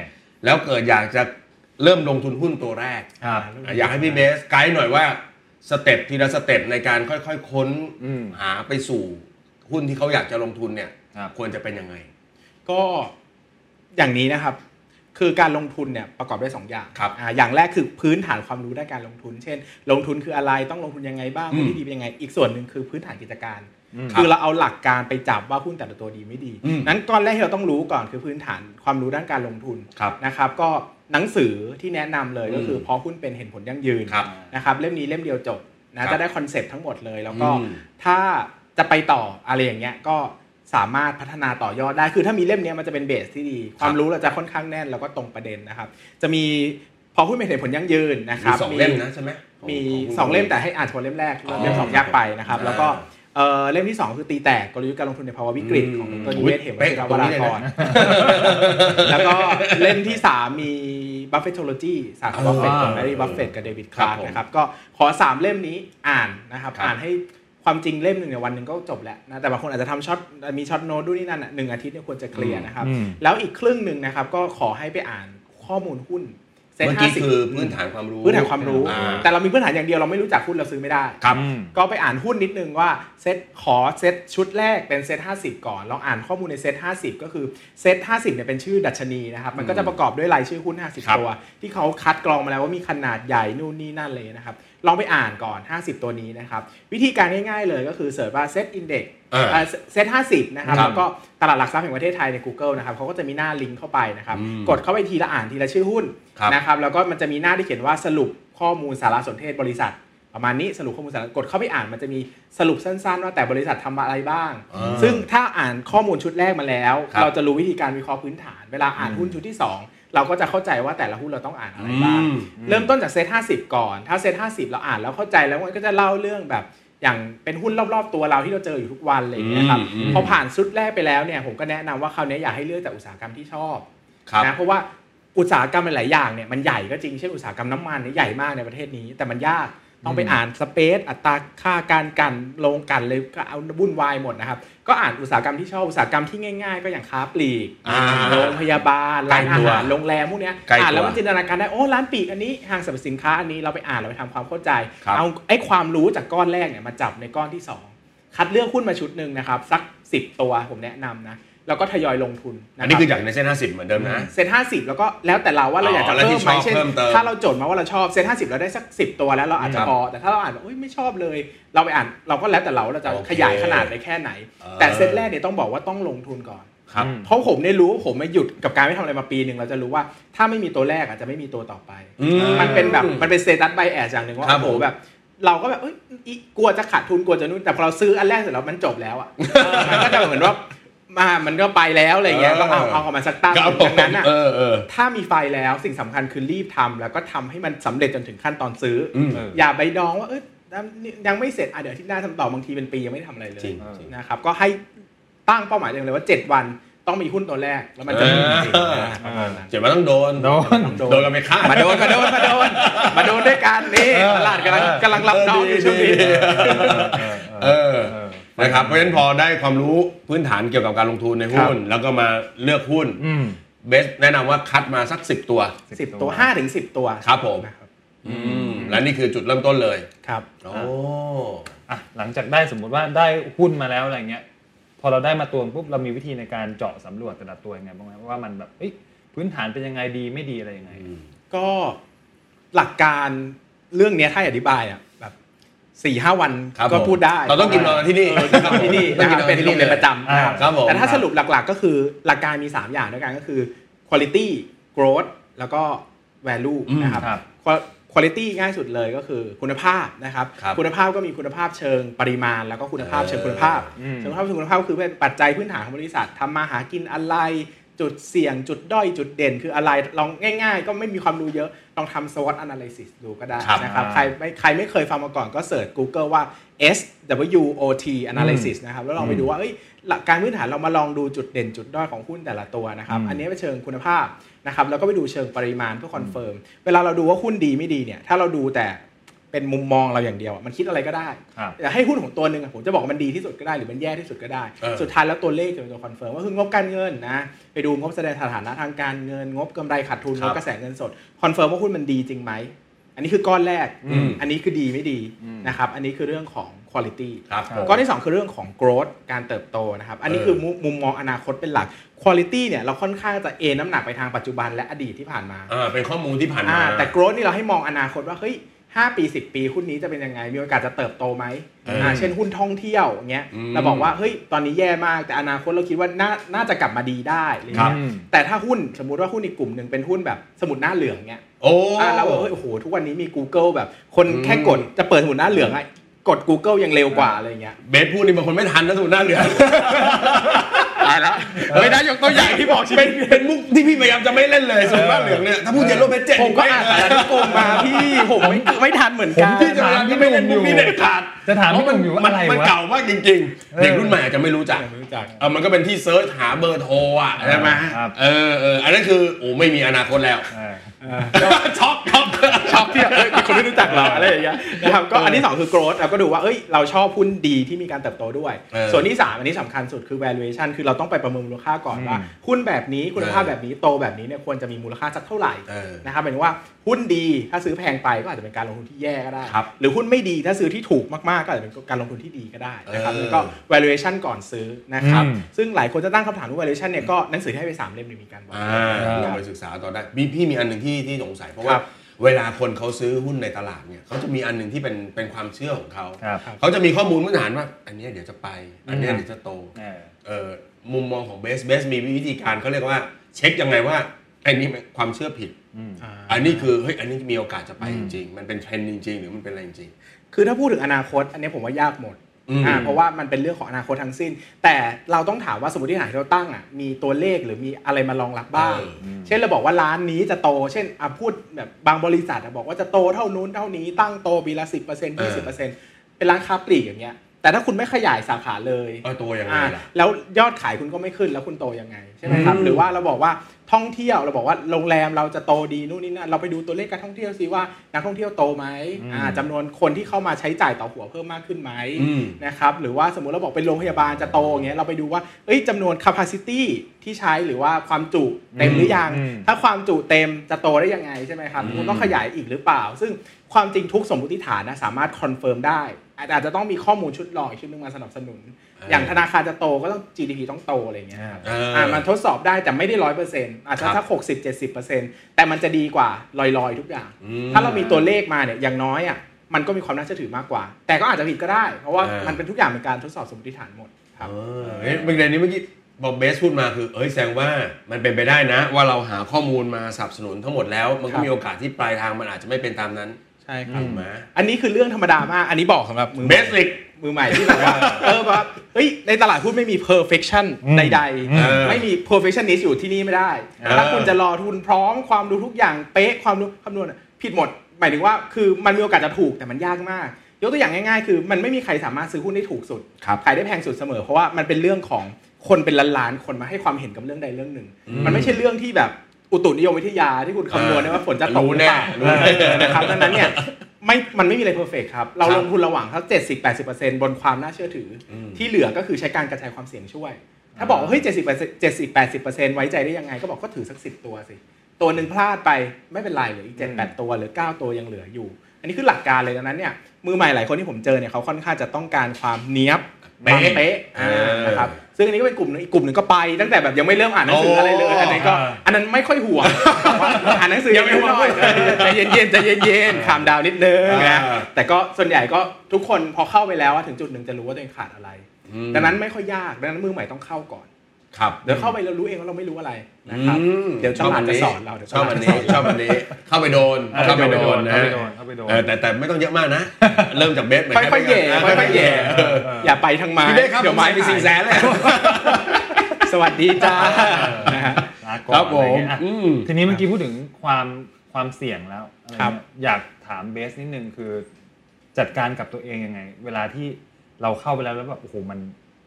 S4: แล้วเกิดอยากจะเริ่มลงทุนหุ้นตัวแรก
S3: ครับ
S4: อ่ะอยากให้พี่เบสไกด์หน่อยว่าสเต็ปทีละสเต็ปในการค่อยๆค้น
S3: อืม
S4: หาไปสู่หุ้นที่เขาอยากจะลงทุนเนี่ย
S3: ครับ
S4: ควรจะเป็นยังไง
S5: ก็อย่างนี้นะครับ คือการลงทุนเนี่ยประกอบด้วยสองอย่าง
S4: ครับ
S5: อาอย่างแรกคือพื้นฐานความรู้ด้านการลงทุน เช่น ลงทุนคืออะไรต้องลงทุนยังไงบ้าง
S4: อืม
S5: หุ้นที่ดีเป็นยังไง อีกส่วนหนึ่งคือพื้นฐานกิจการ
S4: ครับ
S5: คือเราเอาหลักการไปจับว่าหุ้นแต่ละตัวดีไม่ดี
S4: อืม
S5: นั้นก้อนแรกที่เราต้องรู้ก่อนคือพื้นฐานความรู้ด้านการลงทุน
S4: ครับ
S5: นะครับ ก็หนังสือที่แนะนำเลยก็คือ
S4: ม
S5: พอหุ้นเป็นเห็นผลยั่งยืน
S4: ครับ
S5: นะครับเล่มนี้เล่มเดียวจบ
S4: ครั
S5: นะ
S4: บ
S5: จะได้คอนเซปต์ทั้งหมดเลยแล้วก็
S4: อืม
S5: ถ้าจะไปต่ออะไรอย่างเงี้ยก็สามารถพัฒนาต่อยอดได้คือถ้ามีเล่มเนี้ยมันจะเป็นเบสที่ดี ความรู้เราจะค่อนข้างแน่นแล้วก็ตรงประเด็นนะครับ จะมีพอหุ้นเป็นเหตุผลยั่งยืนนะค
S4: มี
S5: รับ
S4: สองเล่มนะใช่ไหมของ
S5: มี
S4: ขคุณ
S5: สองเล่
S4: คน
S5: ม
S4: นี้
S5: แต่ให้อ่านเฉพาะเล่มแรก
S4: อ๋อ
S5: เล่มสองยากไปนะครับ
S4: อ่า
S5: แล้วก็เอ่อเล่มที่สองคือตีแตกกลยุทธ์การลงทุนในภาวะวิกฤต
S4: อืม
S5: ของดรนิเวศเหมวิทยา
S4: ตร
S5: ว
S4: งนี้
S5: ราก
S4: เลยนะ
S5: รแล้วก็เล่มที่สามมีบัฟเฟตโทโลจีศาสตร์ของบัฟเฟต
S3: อ๋อ
S5: ของแมรี่บัฟเฟตกับเดวิดคลาร์
S4: ครับ
S5: ก
S4: ผม
S5: นะครับก็ขอสามเล่มนี้อ่านนะครับ
S4: ครับ
S5: อ่านให้ความจริงเล่มหนึ่งเนี่ยวันหนึ่งก็จบแล้วนะแต่บางคนอาจจะทำช็อตมีช็อตโน้ตด้วยนี่นั่นอ่ะหนึ่งอาทิตย์เนี่ยควรจะเคลียร์นะครับ
S3: อืม
S5: แล้วอีกครึ่งหนึ่งนะครับก็ขอให้ไปอ่านข้อมูลหุ้นซ็ต
S4: เมื่อกี้
S5: 50
S4: คือพื้นฐานความรู้
S5: พื้นฐานความรู้
S4: อ่
S5: แต่เรามีพื้นฐานอย่างเดียวเราไม่รู้จักหุ้นเราซื้อไม่ได้
S4: ครับ
S5: ก็ไปอ่านหุ้นนิดนึงว่าเซ็ตขอเซ็ตชุดแรกเป็นเซ็ต50 ก่อนลองอ่านข้อมูลในเซ็ต50 ก็คือเซ็ต50เนี่ยเป็นชื่อดัชนีนะครับมันก็จะประกอบด้วยรายชื่อหุ้น
S4: ครับ
S5: 50 ตัว ที่เขาคัดกรองมาแล้วว่ามีขนาดใหญ่นู่นนี่นั่นเลยนะครับลองไปอ่านก่อน 50 ตัวนี้นะครับวิธีการง่ายๆเลยก็คือเสิร์ชว่าเซ็ตอินเด็ก
S4: อ่า
S5: เซ็ตห้าสิบนะครับ
S4: ครับ
S5: แล้วก็ตลาดหลักทรัพย์แห่งประเทศไทยใน Google นะครับเขาก็จะมีหน้าลิงก์เข้าไปนะครับ
S4: อืม
S5: กดเข้าไปทีละอ่านทีละชื่อหุ้น
S4: ครับ
S5: นะครับ แล้วก็มันจะมีหน้าที่เขียนว่าสรุปข้อมูลสารสนเทศบริษัท ประมาณนี้สรุปข้อมูลสารกดเข้าไปอ่านมันจะมีสรุปสั้นๆ ว่าแต่บริษัททำอะไรบ้าง
S4: อ่า
S5: ซึ่งถ้าอ่านข้อมูลชุดแรกมาแล้ว
S4: ครับ
S5: เราจะรู้วิธีการวิเคราะห์พื้นฐาน เวลาอ่านหุ้นชุดที่สองเราก็จะเข้าใจว่าแต่ละหุ้นเราต้องอ่านอะไรบ้าง
S4: อืม
S5: เริ่มต้นจากเซตห้าสิบก่อน ถ้าเซตห้าสิบเราอ่านแล้วเข้าใจแล้วมันก็จะเล่าเรื่องแบบอย่างเป็นหุ้นรอบๆ ตัวเราที่เราเจออยู่ทุกวันอะไรอย่างเงี้ยครับ
S4: อืมอืม
S5: พอผ่านชุดแรกไปแล้วเนี่ยผมก็แนะนำว่าคราวนี้อยากให้เลือกจากอุตสาหกรรมที่ชอบ
S4: ครับ
S5: นะเพราะว่าอุตสาหกรรมหลายๆอย่างเนี่ยมันใหญ่ก็จริงเช่นอุตสาหกรรมน้ำมันเนี่ยใหญ่มากในประเทศนี้ แต่มันยากต้องไปอ่านสเปซอัตราค่าการกลันโรงกลันเลยก็เอาวุ่นวายหมดนะครับก็อ่านอุตสาหกรรมที่ชอบอุตสาหกรรมที่ง่าย ๆ ก็อย่างค้าปลีก
S4: อ่า
S5: โรงพยาบาลร้าน
S4: ใก
S5: อาหาร
S4: ล้ตัว
S5: โรงแรมพวกเนี้ย
S4: ใกล้
S5: อ่านแล้ว
S4: ตัว
S5: มันจะ จินตนาการได้โอ้ร้านปีกอันนี้ห้างสรรพสินค้าอันนี้เราไปอ่านเราไปทำความเข้าใจ
S4: ครับ
S5: เอาไอ้ความรู้จากก้อนแรกเนี่ยมาจับในก้อนที่ 2 คัดเลือกหุ้นมาชุดหนึ่งนะครับสัก 10 ตัวผมแนะนำนะแล้วก็ทยอยลงทุน
S4: อั
S5: นะรับ
S4: นนี้คือจากในเส้นห้าสิบเหมือนเดิมนะ
S5: เซ็ตห้าสิบแล้วก็แล้วแต่เราว่าเราอยาก
S4: อ๋
S5: จะ
S4: อแล้วที่
S5: เพิ่
S4: ชอ
S5: มไหม
S4: บ
S5: เช่น
S4: เพิ่มเติม
S5: ถ้าเราโจทย์มาว่าเราชอบเซ็ตห้าสิบเราได้สักสิบตัวแล้วเราอาจจะพอแต่ถ้าเราอ่านว่าอุ้ยไม่ชอบเลย เราไปอ่านเราก็แล้วแต่เราว่าเราจะ
S4: โอเค
S5: ขยายขนาดไปแค่ไหน
S4: เออ
S5: แต่เซตแรกเนี่ยต้องบอกว่าต้องลงทุนก่อน
S4: ครับ
S3: อืม
S5: เพราะผมได้รู้ว่าผมไม่หยุดกับการไม่ทำอะไรมาปีหนึ่งเราจะรู้ว่าถ้าไม่มีตัวแรกอาจจะไม่มีตัวต่อไป
S4: อืม
S5: มันเป็นแบบมันเป็น status by a d อย่างหนึ่งว่า
S4: ครับ
S5: โอ้โห
S4: ผม
S5: แบบ เราก็แบบเอ้ยอีกลัวจะขาดทุนกลัวจะนู่นแต่พอเราซื้ออันแรกเสร็จแล้วมันจบแล้ว อ่ะ มันก็จะเหมือนว่ามามันก็ไปแล้วอะไรอย่างเงี้ย
S4: เออ
S5: ก็เอาเอาเอามาสักตั้ง
S4: ครับผม
S5: ดังนั้นอ่ะ
S4: เออเออ
S5: ถ้ามีไฟแล้วสิ่งสำคัญคือรีบทำแล้วก็ทำให้มันสำเร็จจนถึงขั้นตอนซื้ออ
S4: ม
S3: เอออ
S5: อย่าไปดองว่าเอ้ยยังไม่เสร็จอ่ะเดี๋ยวอาที่หน้าทำต่อบางทีเป็นปียังไม่ได้ทำอะไรเลย
S4: จริง
S5: นะครับก็ให้ตั้งเป้าหมายเองเลยว่า 7 วัน ต้องมีหุ้นตัวแรกแล้วมันจะมีจริงๆนะประมาณนั้น
S4: เจ็บมาต้องโดน
S3: โดน
S4: โดนกันไปข้าง
S5: มาโดนมาโดนมาโดนมาโดนด้วยกันนี่ตลาดกำลังกำลังรับน้องอยู่ช่วงนี้
S4: เออดีดีเออนะครับเพราะฉะนั้นพอได้ความรู้พื้นฐานเกี่ยวกับการลงทุนในหุ้น แล้วก็มาเลือกหุ้น
S3: อืม
S4: เบสแนะนำว่าคัดมาสัก 10 ตัว
S5: สิบตัวห้าถึงสิบตัว
S4: ครับผม
S5: นะครับ
S4: และนี่คือจุดเริ่มต้นเลย
S5: ครับ
S4: โอ้
S3: อ่ะหลังจากได้สมมุติว่าได้หุ้นมาแล้วอะไรเงี้ย พอเราได้มาตัวปุ๊บเรามีวิธีในการเจาะสำรวจแต่ละตัวยังไงบ้างไหมว่ามันแบบเอ้ยพื้นฐานเป็นยังไงดีไม่ดีอะไรยังไง
S5: ก็หลักการเรื่องเนี้ยถ้าอธิบายอ่ะแบบสี่ห้าวัน
S4: ครับ
S5: ก็
S4: ผม
S5: พูดได้
S4: เราต้องกินนอนที่นี่
S5: เออกินนอนที่นี่
S4: ต้อง
S5: นะค
S4: กิ
S5: รั
S4: น
S5: บ
S4: นอนที่นี่
S5: เป็นโรงเรียนประจำนะ
S4: อ่าครับผม
S5: แต่ถ้าสรุปหลักๆก็คือหลักการมี 3 อย่างด้วยกันก็คือ quality growth แล้วก็ value
S4: อืม
S5: นะครับ
S3: ครับ
S5: quality ง่ายสุดเลยก็คือคุณภาพนะครับ
S4: ครับ
S5: คุณภาพก็มีคุณภาพเชิงปริมาณ แล้วก็คุณภาพเชิงคุณภาพ
S3: อืม
S5: เชิงคุณภาพเชิงคุณภาพคือเป็นปัจจัยพื้นฐานของบริษัททำมาหากินอะไร จุดเสี่ยงจุดด้อยจุดเด่นคืออะไรลองง่าย ๆ ก็ไม่มีความรู้เยอะ ลองทำ SWOT analysis ดูก็ได้
S4: ครับ
S5: นะครับ
S3: อ่า
S5: ใครไม่ใครไม่เคยฟังมาก่อนก็เสิร์ช Google ว่า SWOT analysis นะครับ แล้วลองไปดูว่าเอ้ยหลักการพื้นฐานเรามาลองดูจุดเด่นจุดด้อยของหุ้นแต่ละตัวนะครับ
S3: อืม
S5: อันนี้เป็นเชิงคุณภาพนะครับแล้วก็ไปดูเชิงปริมาณเพื่อคอนเฟิร์มเวลาเราดูว่าหุ้นดีไม่ดีเนี่ยถ้าเราดูแต่เป็นมุมมองเราอย่างเดียวอะมันคิดอะไรก็ได้
S3: ครับ
S5: อยากให้หุ้นของตัวหนึ่งอะผมจะบอกว่ามันดีที่สุดก็ได้หรือมันแย่ที่สุดก็ได้
S4: เออ
S5: สุดท้ายแล้วตัวเลขจะเป็นตัวคอนเฟิร์มว่าคืองบการเงินนะไปดูงบแสดงสถานะทางการเงิน งบกำไรขาดทุน
S4: ครั
S5: ง
S4: บบ
S5: กระแสเงินสดคอนเฟิร์มว่าหุ้นมันดีจริงไหมอันนี้คือก้อนแรก
S4: อืม
S5: อันนี้คือดีไม่ดีนะครับอันนี้คือเรื่องของ quality
S4: ครับผม
S5: ก้อนที่ 2 คือเรื่องของ growth การเติบโตนะครับ อันนี้
S4: เออ
S5: คือมุมุมมองอนาคตเป็นหลัก quality เนี่ยเราค่อนข้างจะเอน้ำหนักไปทางปัจจุบันและอดีตที่ผ่านมา
S4: อ่าเป็นข้อมูลที่ผ่าน
S5: อ่า
S4: มา
S5: แต่ growth นี่เราให้มองอนาคตว่าเฮ้ยห้าปีสิบปีหุ้นนี้จะเป็นยังไง มีโอกาสจะเติบโตไหม
S4: เอออ่
S5: าเช่นหุ้นท่องเที่ยวอย่างเงี้ย
S4: อืม
S5: เราบอกว่าเฮ้ยตอนนี้แย่มากแต่อนาคตเราคิดว่าน่าน่าจะกลับมาดีได้อะไร
S4: ครับ
S5: เงี้ยแต่ถ้าหุ้นสมมุติว่าหุ้นอีกกลุ่มหนึ่งเป็นหุ้นแบบสมุดหน้าเหลืองเงี้ย
S4: โอ้
S5: อ่าเราบอกเฮ้ยโอ้โหทุกวันนี้มี Google แบบคน
S4: อืม
S5: แค่กดจะเปิดสมุดหน้าเหลืองอะกด Google ยังเร็วกว่าอะไรเงี้ย
S4: เบสพูดนี่บางคนไม่ทันนะสมุดหน้าเหลือง
S5: ตายละ ไม่ได้ยกตัวอย่างที่บอกชี
S4: เป็น
S5: วิต
S4: เป็นมุกที่พี่พยายามจะไม่เล่นเลยสมุดหน้าเหลืองเนี่ยถ้าพูดเยลโล่เบสเจ็ด
S5: ผมก็อ่านสารนิกรมมาพี่ผมไม่ไม่ทันเหมือนกัน
S4: พี่จะพยายามที่ไม่เล่นมุกนี้เด็ดขาด
S3: จะถามพี่หนุ่มอยู่ว่า
S4: มัน
S3: อะไรวะ
S4: มันเก่ามากจริง ๆ เด็กรุ่นใหม่อาจจะไม่รู้จัก เออมันก็เป็นที่เซิร์ชหาเบอร์โทรอ่ะใช่ไหม
S3: ครับ
S4: เออเอออันนั้นคือโอ้ไม่มีอนาคตแล้ว
S3: อ่า
S4: ช็อกช็อก
S5: ช็อกที่แบบเอ้ยมีคนไม่รู้จักเราอะไรอย่างเงี้ยนะครับก็อันที่ 2 คือ growth เราก็ดูว่าเอ้ยเราชอบหุ้นดีที่มีการเติบโตด้วย ส่วนที่ 3 อันนี้สำคัญสุดคือ valuation คือเราต้องไปประเมินมูลค่าก่อนว่า หุ้นแบบนี้คุณภาพแบบนี้โตแบบนี้เนี่ยควรจะมีมูลค่าสักเท่าไหร่
S4: เออ
S5: นะครับหมายถึงว่าหุ้นดีถ้าซื้อแพงไปก็อาจจะเป็นการลงทุนที่แย่ก็ได้
S4: ครับ
S5: หรือหุ้นไม่ดีถ้าซื้อที่ถูกมากๆก็อาจจะเป็นการลงทุนที่ดีก็ได้นะครับ
S4: เออ
S5: แล้วก็ valuation ก่อนซื้อนะครับ
S3: อืม
S5: ซึ่งหลายคนจะตั้งคำถามว่า valuation เนี่ยก็หนังสือที่ให้ไปสามเล่มเนี่ยมีการบอก
S4: อ่าเราไปศึกษาต่อได้มีพี่มีอันหนึ่งที่ที่สงสัย เพราะ
S5: ค
S4: ว่า
S5: รับ
S4: เวลาคนเขาซื้อหุ้นในตลาดเนี่ยเขาจะมีอันหนึ่งที่เป็นเป็นความเชื่อของเขา
S3: ครับ
S4: เขาจะมีข้อมูลพื้นฐานว่า อันเนี้ยเดี๋ยวจะไป อันเนี้ยเดี๋ยวจะโต
S3: เออ
S4: เออมุมมองของเบสเบสมีวิธีการเขาเรียกว่า เช็คยังไงว่าไอ้นี่มันความเชื่อผิด
S5: า
S4: อันนี้คือเฮ้ยอันนี้มีโอกาสจะไปจริงๆมันเป็นเทรนด์จริงๆ หรือมันเป็นอะไรจริง
S5: คือถ้าพูดถึงอนาคต อันนี้ผมว่ายากหมด
S4: อืม
S5: อ่าเพราะว่ามันเป็นเรื่องของอนาคตทั้งสิ้น แต่เราต้องถามว่าสมมติฐานที่เราตั้งอ่ะมีตัวเลขหรือมีอะไรมารองรับบ้าง
S4: เอออืม
S5: เช่นเราบอกว่าร้านนี้จะโต เช่นอ่ะพูดแบบบางบริษัทอ่ะบอกว่าจะโตเท่านู้นเท่านี้ตั้งโตปีละสิบเปอร์เซ็นต์ยี่สิบเปอร์เซ็นต์เป็นร้านค้าปลีกอย่างเงี้ยแต่ถ้าคุณไม่ขยายสาขาเลย
S4: ๆเออโตยังไง
S5: อ่า
S4: ล่ะ
S5: แล้วยอดขายคุณก็ไม่ขึ้นแล้วคุณโตยังไงใช่ไหมครับหรือว่าเราบอกว่าท่องเที่ยวเราบอกว่าโรงแรมเราจะโตดีนู่นนี่นั่นเราไปดูตัวเลขการท่องเที่ยวซิว่านักท่องเที่ยวโตไหมอ่าจำนวนคนที่เข้ามาใช้จ่ายต่อหัวเพิ่มมากขึ้นไหม
S4: อืม
S5: นะครับหรือว่าสมมติเราบอกเป็นโรงพยาบาลจะโตอย่างเงี้ยเราไปดูว่าเอ้ยจำนวน capacity ที่ใช้หรือว่าความจุเต็มหรือยัง
S3: อืม
S5: ถ้าความจุเต็มจะโตได้ยังไงใช่ไหมครับคุณต้องขยายอีกหรือเปล่า ซึ่งความจริงทุกสมมติฐานนะสามารถคอนเฟิร์มได้อาจอาจจะต้องมีข้อมูลชุดรองอีกชุดหนึงมาสนับสนุน อย่างธนาคารจะโตก็ต้อง GDP ต้องโตอะไรอย่างเงี้ยครับ
S4: เอออ่
S5: ่ามันทดสอบได้แต่ไม่ได้ร้อยเปอร์เซ็นต์อาจจะสักหกสิบเจ็ดสิบเปอร์เซ็นต์แต่มันจะดีกว่าลอยๆ ทุกอย่าง ถ้าเรามีตัวเลขมาเนี่ยอย่างน้อยอ่ะมันก็มีความน่าเชื่อถือมากกว่า แต่ก็อาจจะผิดก็ได้ เพราะว่า
S4: เออ
S5: มันเป็นทุกอย่างเป็นการทดสอบสมมติฐานหมดครับ
S4: เออเอ้ยประเด็นนี้เมื่อกี้บอกเบสพูดมาคือ เอ้ยแสดงว่ามันเป็นไปได้นะ ว่าเราหาข้อมูลมาสนับสนุนทั้งหมดแล้ว มัน
S5: ครั
S4: ก็
S5: บ
S4: มีโอกาสที่ปลายทางมันอาจจะไม่เป็นตามนั้น
S5: ใช่ครับ
S4: ถูกไหม
S5: อันนี้คือเรื่องธรรมดามาก อันนี้บอกสำหรับมือให
S4: เบ
S5: ม่
S4: สลิก
S5: มือใหม่ที่แบบว่า เออแบบเฮ้ยในตลาดหุ้นไม่มี perfection
S3: อืม
S5: ใด
S4: อืม
S5: ๆ ไม่มี perfectionist อยู่ที่นี่ไม่ได้
S4: เออ
S5: ถ้าคุณจะรอทุนพร้อมความรู้ทุกอย่างเป๊ะความรู้คำนวณผิดหมด หมายถึงว่าคือมันมีโอกาสจะถูกแต่มันยากมาก ยกตัวอย่างง่ายๆ คือ มันไม่มีใครสามารถซื้อหุ้นได้ถูกสุด ขายได้แพงสุดเสมอเพราะว่ามันเป็นเรื่องของ คนเป็นล้านๆคนมาให้ความเห็นกับเรื่องใดเรื่องหนึ่ง มันไม่ใช่เรื่องที่แบบอุตุนิยมวิทยาที่คุณคำนวณได้ว่าฝนจะตกหรือเปล่า
S4: รู้แน่รู้แน่
S5: เออนะครับดังนั้นเนี่ยไม่มันไม่มีอะไรเพอร์เฟกครับ เราลงทุนระหว่างทั้งเจ็ดสิบแปดสิบเปอร์เซ็นบนความน่าเชื่อถืออที่เหลือก็คือใช้การกระจายความเสี่ยงช่วย ถ้าบอกว่าเฮ้ยเจ็ดสิบเจ็ดสิบแปดสิบเปอร์เซ็นไว้ใจได้ยังไงก็บอกก็ถือสักสิบตัวสิ ตัวหนึ่งพลาดไปไม่เป็นไรเหลืออีกเจ็ดแปดตัวหรือเก้าตัวยังเหลืออยู่ อันนี้คือหลักการเลยดังนั้นเนี่ยมือใหม่หลายคนที่ผมเจอเนี่ยเขาค่อนข้างจะต้องการความเนี้ยบ
S4: เป๊ะ
S5: ความเป๊ะอ่า
S4: เออ
S5: นะครับซึ่งอันนี้ก็เป็นกลุ่มหนึ่งอีกกลุ่มหนึ่งก็ไปตั้งแต่แบบยังไม่เริ่มอ่านหนังสืออะไรเลย
S4: โอ้
S5: อันนั้นก็
S3: อ่า
S5: อันนั้นไม่ค่อย ห่วงอ่านหนังสือยังไม่ห่วง ใจเย็นๆใจเย็น ๆคามดาวนิดนึงนะแต่ก็ส่วนใหญ่ก็ทุกคนพอเข้าไปแล้วอะถึงจุดหนึ่งจะรู้ว่าตัวเองขาดอะไร ดังนั้นไม่ค่อยยากดังนั้นมือใหม่ต้องเข้าก่อน
S4: ครับ
S5: เดี๋ยวเข้าไปเรารู้เองว่าเราไม่รู้อะไรนะครับ
S4: อืม
S5: เดี๋ยวตลาดจะสอนเราเดี๋ยว
S4: ชอบ
S5: ตลา
S4: อั
S5: ด
S4: น
S5: จะ
S4: นี้
S5: สอน
S4: ชอบอันนี้ เข้าไปโดน เข้าไปโดนนะ
S3: เข้าไปโดนเข้าไปโดน
S4: เออแต่แต่ไม่ต้องเยอะมาก นะ เริ่มจากเบสเหมืน
S5: ค่
S4: กัน
S5: อยๆแย่
S4: นะ
S5: ค่อยๆแย่
S4: เออ
S5: อย่าไปทางไม้
S4: พี่เบสครับเดี๋ยวไม้ไป
S5: หาย
S4: สิงแสนเลย
S5: สวัสดีจ้า
S3: ลาก่อน
S4: ครับผม
S3: อะไเงี้ยอ่ะ
S4: อืม
S3: ทีนี้เมื่อกี้พูดถึงความความเสี่ยงแล้วอะไเงี้ย
S5: ครับ
S3: อยากถามเบสนิดนึงคือ จัดการกับตัวเองยังไง เวลาที่เราเข้าไปแล้วแล้วแบบโอ้โหมัน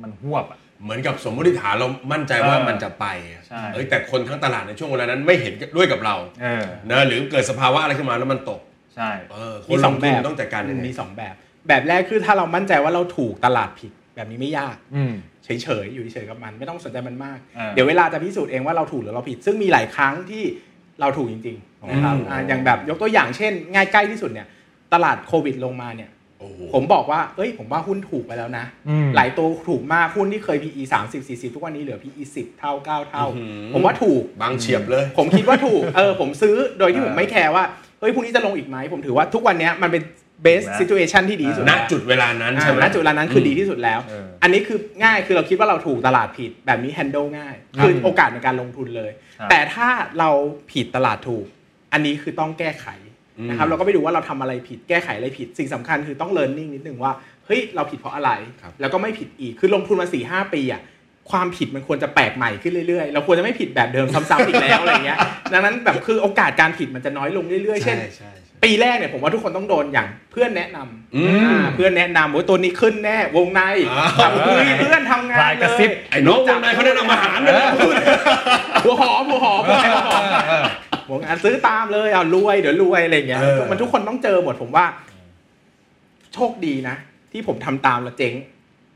S3: มันหวบอ่ะ
S4: เหมือนกับสมมติฐานเรามั่นใจว่า
S3: เออ
S4: มันจะไป
S3: ใช่
S4: เอ้ยแต่คนทั้งตลาดในช่วงเวลานั้นไม่เห็นด้วยกับเรา
S3: เออ
S4: นะหรือเกิดสภาวะอะไรขึ้นมาแล้วมันตก
S3: ใช่
S4: เออค
S5: มี
S4: น
S5: ส
S4: ล
S5: อง
S4: ง
S5: แบ
S4: ทุน
S5: บ
S4: ต้องจัดการยังไง
S5: มีสองแบบ แบบแรกคือถ้าเรามั่นใจว่าเราถูกตลาดผิด แบบนี้ไม่ยาก
S3: อืม
S5: เฉยๆ อยู่เฉยๆกับมันไม่ต้องสนใจมันมาก
S3: อ่า
S5: เดี๋ยวเวลาจะพิสูจน์เองว่าเราถูกหรือเราผิด ซึ่งมีหลายครั้งที่เราถูกจริงๆนะครับ
S4: อืม
S5: อ่าอย่างแบบยกตัวอย่างเช่น ง่ายใกล้ที่สุดเนี่ย ตลาดโควิดลงมาเนี่ย
S4: โอ้โห
S5: ผมบอกว่า เอ้ย ผมว่าหุ้นถูกไปแล้วนะ
S3: อืม
S5: หลายตัวถูกมาก หุ้นที่เคย PE 30 40 ทุกวันนี้เหลือ PE 10 เท่า 9 เท่า
S4: อื้อหือ
S5: ผมว่าถูก
S4: บางเฉียบเลย
S5: ผมคิดว่าถูก เออ ผมซื้อโดยที่ผมไม่แคร์ว่า เฮ้ย พรุ่งนี้จะลงอีกไหม ผมถือว่าทุกวันเนี้ยมันเป็น best
S3: ถูกแล้ว
S5: situation ที่ดีที่สุด
S4: ณ
S5: แล้ว
S4: จุดเวลานั้นใช่ไหม
S5: ณจุดเวลานั้นคือดีที่สุดแล้ว
S3: เออ
S5: อันนี้คือง่าย คือเราคิดว่าเราถูกตลาดผิด แบบนี้ handle ง่าย คือโอกาสในการลงทุนเลย
S3: ครับ
S5: แต่ถ้าเราผิดตลาดถูก อันนี้คือต้องแก้ไขนะครับ เราก็ไปดูว่าเราทำอะไรผิด แก้ไขอะไรผิด สิ่งสำคัญคือต้อง learning นิดนึงว่า เฮ้ย เราผิดเพราะอะไร
S4: ครับ
S5: แล้วก็ไม่ผิดอีก คือลงทุนมา4ี่ห้าปีอะความผิดมันควรจะแปลกใหม่ขึ้นเรื่อยๆ เราควรจะไม่ผิดแบบเดิมซ้ำๆอีกแล้วอะไรเงี้ย ดังนั้นแบบคือโอกาสการผิดมันจะน้อยลงเรื่อยๆ เช่น
S4: ใช่ใช่
S5: ปีแรกเนี่ยผมว่าทุกคนต้องโดนอย่างเพื่อนแนะนำ
S4: อืม
S5: อ่าเพื่อนแนะนำว่าตัวนี้ขึ้นแน่วงใน
S4: อ่า
S5: จับคุยเพื่อนทำงา
S3: พลาน ย
S5: เล
S3: กระซิบ
S5: ย
S4: ไอ้น้องวงในเขาแนะนำอาหารด้วยนะ
S5: หัวหอมหัวหอมหัวหอมผมอ่ะซื้อตามเลยเอารวยเดี๋ยวรวยอะไรอย่างเงี้ย
S4: เออ
S5: มันทุกคนต้องเจอหมดผมว่า โชคดีนะ ที่ผมทำตามแล้วเจ๊ง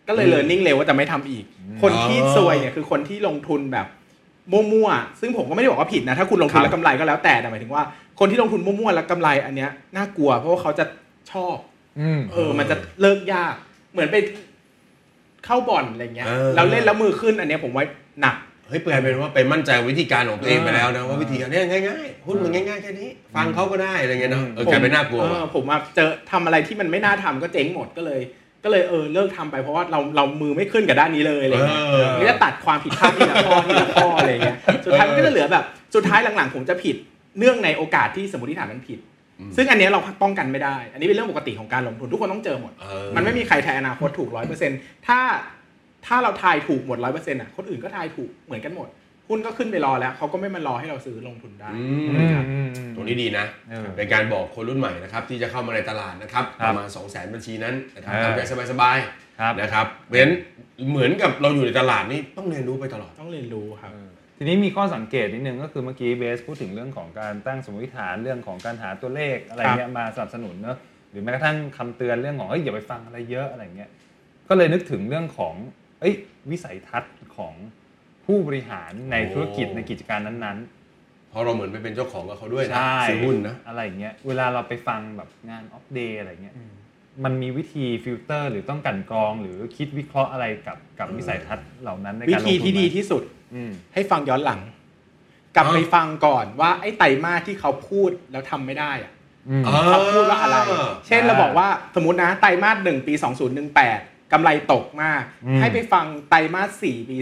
S5: ก็เลยเลิร์นนิ่งเร็วว่าจะไม่ทำอีก คนที่ซวยเนี่ยคือคนที่ลงทุนแบบมั่วๆซึ่งผมก็ไม่ได้บอกว่าผิดนะ ถ้าคุณลงทุนแล้วกำไรก็แล้วแต่แต่หมายถึงว่าคนที่ลงทุนมั่วๆแล้วกำไรอันเนี้ยน่ากลัวเพราะว่าเขาจะชอบ
S3: อืม
S5: เออ มันจะเลิกยาก เหมือนไปเข้าบ่อนอะไรเงี้ย
S4: เออ
S5: แล้วเล่นแล้วมือขึ้นอันเนี้ยผมว่าหนัก
S4: เฮ้ยเปลี่ยนเป็นว่าไปมั่นใจวิธีการของตัวเองไปแล้วนะว่าวิธีการเนี้ยง่ายๆหุ้นมันง่ายๆแค่นี้ ฟังเขาก็ได้อะไรเงี้ยเนาะเออกลายเป็นน่ากลัว
S5: เอ
S4: ว่ะ
S5: อผมว่าเจอทำอะไรที่มันไม่น่าทำก็เจ๊งหมดก็เลย ก็เลยเออเลิกทำไปเพราะว่าเราเรามือไม่ขึ้นกับด้านนี้เลยอะไรเงี้ย
S4: เออ
S5: หรือจะตัดความผิดพลาดทีละข้อ ทีละข้ออะไรเงี้ยสุดท้ายมันก็จะเหลือแบบสุดท้ายหลังๆ ผมจะผิดเนื่องในโอกาสที่สมมติฐานมันผิด ซึ่งอันเนี้ยเราป้องกันไม่ได้ อันนี้เป็นเรื่องปกติของการลงทุนทุกคนต้องเจอหมด
S4: เออ
S5: มันไม่มีใครทายอนาคตถูกร้อยเปอร์เซ็นต์ถ้าถ้าเราทายถูกหมดร้อยเปอร์เซ็นต์อ่ะคนอื่นก็ทายถูกเหมือนกันหมดหุ้นก็ขึ้นไปรอแล้วเขาก็ไม่มารอให้เราซื้อลงทุนได้
S4: อื
S3: อื
S4: ม
S3: มอืมอืม
S4: ตรงนี้ดีนะ
S3: เออ
S4: เป็นการบอกคนรุ่นใหม่นะครับที่จะเข้ามาในตลาดนะครับ
S3: ครั
S4: ป
S3: บ
S4: ระมาณ 2 0 0แสนบัญชีนั้นนะครับ
S3: เออ
S4: ทำใจสบาย
S3: ครับ
S4: ๆนะครับเพราะฉะนั้นเหมือนกับเราอยู่ในตลาดนี่ต้องเรียนรู้ไปตลอด
S5: ต้องเรียนรู้ครับ
S3: ทีนี้มีข้อสังเกตนิดนึงก็คือเมื่อกี้เบสพูดถึงเรื่องของการตั้งสมมติฐานเรื่องของการหาตัวเลขอะไรเงี้ยมาสนับสนุนเนอะหรือแม้กระทั่งคำเตือนเรื่องของเอ้ยอย่าไปฟังอะไรเยอะอะไรเงี้ยก็เลยนึกถึงเรื่องของเอ้ยวิสัยทัศน์ของผู้บริหารใน
S4: โอ้
S3: ธุรกิจในกิจการนั้น
S4: เพราะเราเหมือนไปเป็นเจ้าของกับเขาด้วย
S3: ๆ
S4: นะ
S3: ใช่
S4: ซื้อหุ้นนะ
S3: อะไรเงี้ยเวลาเราไปฟังแบบงานออฟเดย์อะไรเงี้ยมันมีวิธีฟิลเตอร์ หรือต้องกลันกรอง หรือคิดวิเคราะห์อะไรกับกับวิสัยทัศน์เหล่านั้นใน
S5: วิ
S3: การลงทุน
S5: ธีที่ดี
S3: ไหม
S5: ที่สุด
S3: อืม
S5: ให้ฟังย้อนหลัง กลับ
S4: อ๋อ
S5: ไปฟังก่อนว่าไอ้ไตรมาสที่เขาพูดแล้วทำไม่ได้อะ
S3: อืม
S5: เขาพูดว่าอะไร เช่น
S3: อ่า
S5: เราบอกว่าสมมตินะไตรมาสหนึ่งปี 2018กำไรตกมาก
S3: อืม
S5: ให้ไปฟังไตรมาสสี่ปี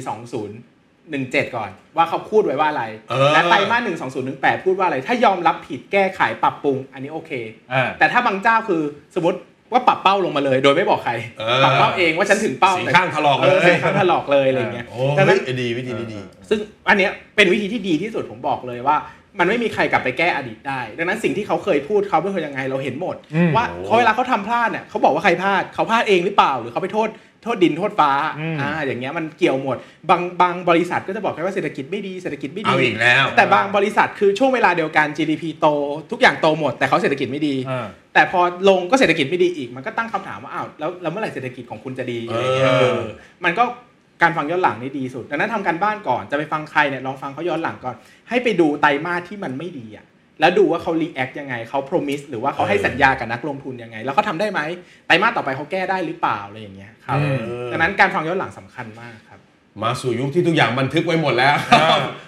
S5: 2017 ก่อน ว่าเขาพูดไว้ว่าอะไร
S4: เออ
S5: และไตรมาสหนึ่งสองศูนย์หนึ่งแปดพูดว่าอะไร ถ้ายอมรับผิดแก้ไขปรับปรุง อันนี้โอเค
S3: อ่า
S5: แต่ถ้าบางเจ้าคือสมมติว่าปรับเป้าลงมาเลย โดยไม่บอกใคร
S4: เออ
S5: ปรับเป้าเองว่าฉันถึงเป้า
S4: สีข้างถลอกเลย
S5: อสีข้างถลอกเลยอะไรอย่างเงี้ย
S4: โอ้
S5: ดังนั้น
S4: ยดีวิธีนี้ดี
S5: ซึ่งอันเนี้ยเป็นวิธีที่ดีที่สุดผมบอกเลยว่า มันไม่มีใครกลับไปแก้อดีตได้ ดังนั้นสิ่งที่เขาเคยพูดเขาเป็นคนยังไงเราเห็นหมด
S3: อืม
S5: ว่าเขาเวลาเขาทำพลาดเนี่ยเขาบอกว่าใครพลาดเขาพลาดเองหรือเปล่า หรือเขาไปโทษโทษดินโทษฟ้า
S3: อืม
S5: อ่าอย่างเงี้ยมันเกี่ยวหมดบางบางบริษัทก็จะบอกแค่ว่าเศรษฐกิจไม่ดีเศรษฐกิจไม่ดี
S4: เอาอีกแล้ว
S5: แต่บางบริษัทคือช่วงเวลาเดียวกัน GDP โต ทุกอย่างโตหมด แต่เขาเศรษฐกิจไม่ดี
S3: เออ
S5: แต่พอลงก็เศรษฐกิจไม่ดีอีก มันก็ตั้งคำถามว่าอ้าวแล้วแล้วเมื่อไหร่เศรษฐกิจของคุณจะดี
S4: เอ
S5: อะไรเงี้ย
S4: อ
S5: มันก็การฟังย้อนหลังนี่ดีสุดดังนั้นทำการบ้านก่อนจะไปฟังใครเนี่ยลองฟังเขาย้อนหลังก่อน ให้ไปดูไตรมาสที่มันไม่ดีอะแล้วดูว่าเขา react ยังไงเขา promise หรือว่าเขาให้
S4: เออ
S5: สัญญากับนักลงทุนยังไง แล้วเขาทำได้ไหมไตรมาสต่อไปเขาแก้ได้หรือเปล่าอะไรอย่างเงี้ยครับ
S3: อืม
S5: ดังนั้นการฟังย้อนหลังสำคัญมากครับ
S4: มาสู่ยุคที่ทุกอย่างบันทึกไว้หมดแล้ว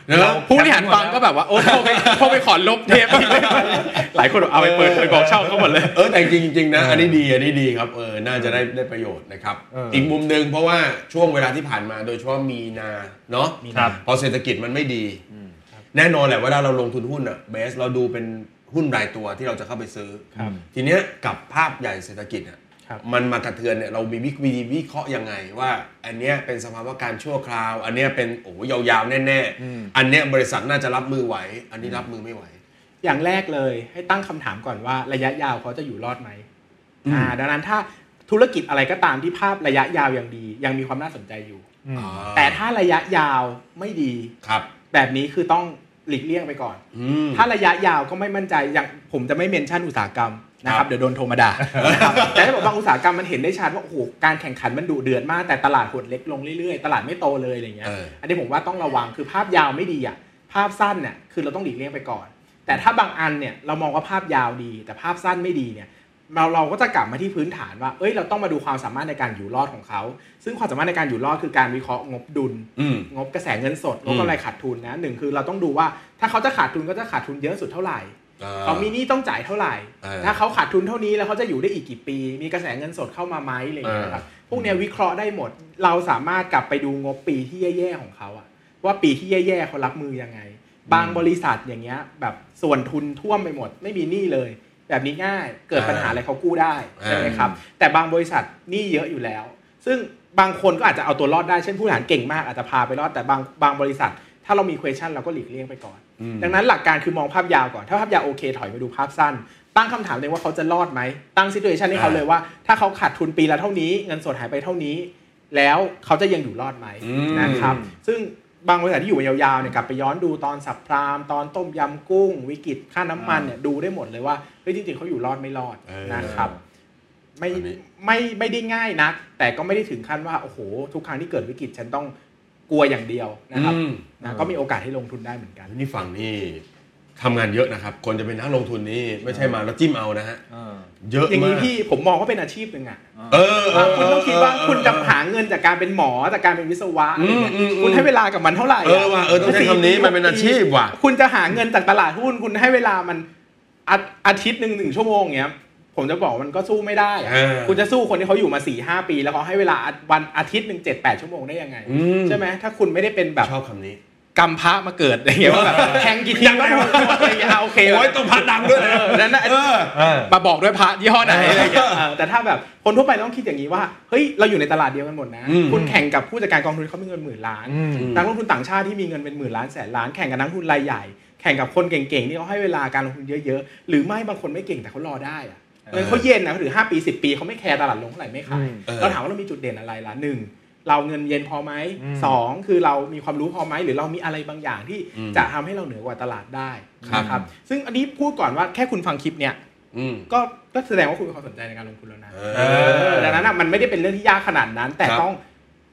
S4: เน
S5: แล้
S4: อะ
S5: วผู้บริหารฟังก็แบบว่าโอ้โทรไปโทรไปขอลบเทป หลายคนบอกเอาไปเปิดไปบอกเช่าเขาหมดเลย
S4: เออแต่จริงจริงๆนะอันนี้ดีอันนี้ดีครับเออน่าจะได้ได้ประโยชน์นะครับ
S3: เอออี
S4: อีกมุมหนึ่งเพราะว่าช่วงเวลาที่ผ่านมาโดยเฉพาะมีนาเนาะ
S3: มีนาครับ
S4: พอเศรษฐกิจมันไม่ดี แน่นอนแหละเวลาเราลงทุนหุ้นอะเบสเราดูเป็นหุ้นรายตัวที่เราจะเข้าไปซื้อ
S3: ครับ
S4: ทีเนี้ยกับภาพใหญ่เศรษฐกิจอะ
S5: ครับ
S4: มันมากระเทือนเนี่ยเรามีวิธีวิเคราะห์ยังไงว่า อันเนี้ยเป็นสภาวะการชั่วคราว อันเนี้ยเป็นโอ้โหยาวๆแน่
S3: อืม
S4: ๆอันเนี้ยบริษัทน่าจะรับมือไหว อันนี้รับมือไม่ไหว
S5: อย่างแรกเลยให้ตั้งคำถามก่อนว่าระยะยาวเขาจะอยู่รอดไหม
S4: อืม
S5: อ่าดังนั้นถ้าธุรกิจอะไรก็ตามที่ภาพระยะยาวยังดี ยังมีความน่าสนใจอยู่
S3: อืม
S4: อ่า
S5: แต่ถ้าระยะยาวไม่ดี
S4: ครับ
S5: แบบนี้คือต้องหลีกเลี่ยงไปก่อน
S4: อืม
S5: ถ้าระยะยาวก็ไม่มั่นใจอย่างผมจะไม่เมนชั่นอุตสาหกรรมนะค
S4: ครั
S5: รับบ เดี๋ยวโดนโทร มาด่านะครับแต่ถ้าบอกว่าอุตสาหกรรมมันเห็นได้ชัดว่าโอ้โหการแข่งขันมันดุเดือดมากแต่ตลาดหดเล็กลงเรื่อยๆ ตลาดไม่โตเลยอะไรเงี้ย
S4: เออ
S5: อันนี้ผมว่าต้องระวังคือภาพยาวไม่ดีอ่ะภาพสั้นเนี่ยคือเราต้องหลีกเลี่ยงไปก่อน แต่ถ้าบางอันเนี่ยเรามองว่าภาพยาวดี แต่ภาพสั้นไม่ดีเนี่ยเราเราก็จะกลับมาที่พื้นฐานว่าเอ้ยเราต้องมาดูความสามารถในการอยู่รอดของเขาซึ่งความสามารถในการอยู่รอดคือการวิเคราะห์งบดุล
S4: อืม
S5: งบกระแสเงินสดง
S4: อื
S5: บ
S4: ม
S5: กำไรขาดทุนนะหนึ่งคือเราต้องดูว่าถ้าเขาจะขาดทุนก็จะขาดทุนเยอะสุดเท่าไหร่
S4: อ่
S5: เขามีหนี้ต้องจ่ายเท่าไหร่
S4: เออ
S5: ถ้าเขาขาดทุนเท่านี้แล้วเขาจะอยู่ได้อีกกี่ปี มีกระแสเงินสดเข้ามาไหมอะไรอย่างเงี้ยครับพวกเนี้ยวิเคราะห์ได้หมด เราสามารถกลับไปดูงบปีที่แย่ๆของเขาอะว่าปีที่แย่ๆเขารับมือยังไง บางบริษัทอย่างเงี้ยแบบส่วนทุนท่วมไปหมด ไม่มีหนี้เลย แบบนี้ง่ายเกิดปัญหาอะไรเขากู้ได้ใช่ไหมครับ แต่บางบริษัทหนี้เยอะอยู่แล้ว ซึ่งบางคนก็อาจจะเอาตัวรอดได้ เช่นผู้บริหารเก่งมากอาจจะพาไปรอด แต่บางบางบริษัท ถ้าเรามี question เราก็หลีกเลี่ยงไปก่อน
S4: อืม
S5: ดังนั้นหลักการคือมองภาพยาวก่อน ถ้าภาพยาวโอเค ถอยมาดูภาพสั้น ตั้งคำถามตัวเองว่าเขาจะรอดไหม ตั้ง situation ให้เขาเลยว่า ถ้าเขาขาดทุนปีละเท่านี้ เงินสดหายไปเท่านี้ แล้วเขาจะยังอยู่รอดไหม
S4: อืม
S5: นะครับ ซึ่งบางบริษัทที่อยู่มายาวๆเนี่ยกลับไปย้อนดูตอนสับพรามตอนต้มยำกุ้ง วิกฤตค่าน้ำมันเนี่ยดูได้หมดเลยว่าเฮ้ยจริงๆเขาอยู่รอดไม่รอด
S4: เออ
S5: นะครับ ไม่
S4: อันนี้
S5: ไม่ไม่ได้ง่ายนัก แต่ก็ไม่ได้ถึงขั้นว่าโอ้โห ทุกครั้งที่เกิดวิกฤตฉันต้องกลัวอย่างเดียวนะครับ
S4: อืม
S5: นะก็มีโอกาสให้ลงทุนได้เหมือนกัน
S4: นี่ฝั่งนี่ทำงานเยอะนะครับ คนจะเป็นนักลงทุนนี่ไม่ใช่มาแล้วจิ้มเอานะฮะ
S3: เออ
S4: เยอะ
S5: อย่าง
S4: มา
S5: นี้
S4: ก
S5: พี่ผมมองว่าเป็นอาชีพหนึ่งอะ
S4: เออเออ
S5: คุณต้องคิดว่า
S4: เออ
S5: คุณจะหาเงินจากการเป็นหมอจากการเป็นวิศวะ
S4: อืมอืมอืม
S5: คุณให้เวลากับมันเท่าไหร่ะ
S4: เออว่ะเออต้องใช้คำนี้มันเป็นอาชีพว่ะ
S5: คุณจะหาเงินจากตลาดหุ้นคุณให้เวลามันอาอาทิตย์หนึ่งหนึ่งชั่วโมงเงี้ยผมจะบอกมันก็สู้ไม่ได้อะ
S4: เออ
S5: คุณจะสู้คนที่เขาอยู่มา4ี่ห้าปี แล้วเขาให้เวลาวันอาทิตย์หนึ่งเจ็ดแปดชั่วโมงได้ยังไง
S4: อืม
S5: ใช่ไหมถ้าคุณไม่ได้เป็นแบบ
S4: ชอบคำนี้
S5: กำพระมาเกิดอะไรเงี้ยว่าแบบแทงกี่ทีก็ถูกหมดอะไรเงี้ยอ่ะโอเค
S4: โอ้ยต้องพัดดังด้วยนะ
S5: เออนั้นน่ะ
S4: เออ
S3: เออ
S5: มาบอกด้วยพระยี่ห้อไห นอะไรเงี้ยเออแต่ถ้าแบบคนทั่วไปต้องคิดอย่างนี้ว่าเฮ้ยเราอยู่ในตลาดเดียวกันหมดนะ
S4: อืม
S5: คุณแข่งกับผู้จัดการกองทุนเขามีเงินหมื่นล้าน
S3: อืม
S5: นักลงทุนต่างชาติที่มีเงินเป็นหมื่นล้านแสนล้านแข่งกับนักลงทุนรายใหญ่ แข่งกับคนเก่งๆที่เขาให้เวลาการลงทุนเยอะๆ หรือไม่บางคนไม่เก่งแต่เขารอได้อะเงินเขาเย็นนะหรือ 5 ปี 10 ปีเขาไม่แคร์ตลาดลงเท่าไหร่ไม่ขาย
S3: อืม
S4: เออ
S5: เราถามว่าเรามีจุดเด่นอะไรล่ะหนึ่งเราเงินเย็นพอไหม
S3: อืม
S5: สองคือเรามีความรู้พอไหมหรือเรามีอะไรบางอย่างที่
S4: อืม
S5: จะทำให้เราเหนือกว่าตลาดได้
S4: ครับ
S5: นะครับซึ่งอันนี้พูดก่อนว่าแค่คุณฟังคลิปเนี่ย
S4: อืม
S5: ก็ก็แสดงว่าคุณมีความสนใจในการลงทุนแล้วนะ
S4: เออ
S5: ดังนั้นอ่ะมันไม่ได้เป็นเรื่องที่ยากขนาดนั้น แต่
S4: ครับ
S5: ต้อง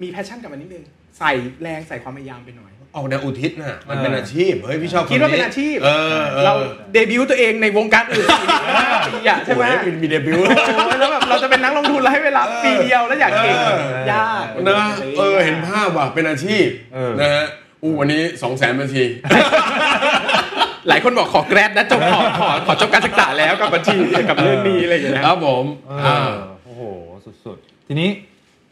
S5: มีแพชชั่นกับมันนิดนึงใส่แรงใส่ความพยายามไปหน่อย
S4: ออกแนวอุทิศน่ะมันเป็นอาชีพเฮ้ยพี่ชอบ
S5: คิดว่าเป็นอาชีพ
S4: เออออ
S5: เราเดบิวต์ตัวเองในวงการอื่นสี่ปีอะใช่ไหม
S4: โอ้ยมีเดบิวต์
S5: โอ้ยแล้วแบบเราจะเป็นนักลงทุนแล้วให้เวลาปีเดียวแล้วอยากเก่ง
S4: เออ
S5: ยาก
S4: นะเออเห็นภาพว่ะเป็นอาชีพ
S3: เออ
S4: นะฮะอู้วันนี้สองแสนบัญชี
S5: หลายคนบอกขอแกรดนะจบขอขอขอจบการศึกษาแล้วกับบัญชีกับเรื่องนี้อะไรอย่างเงี้ยนะ
S4: ครับผม
S3: เออ
S4: อ่า
S3: โอ้โห สุดๆ ทีนี้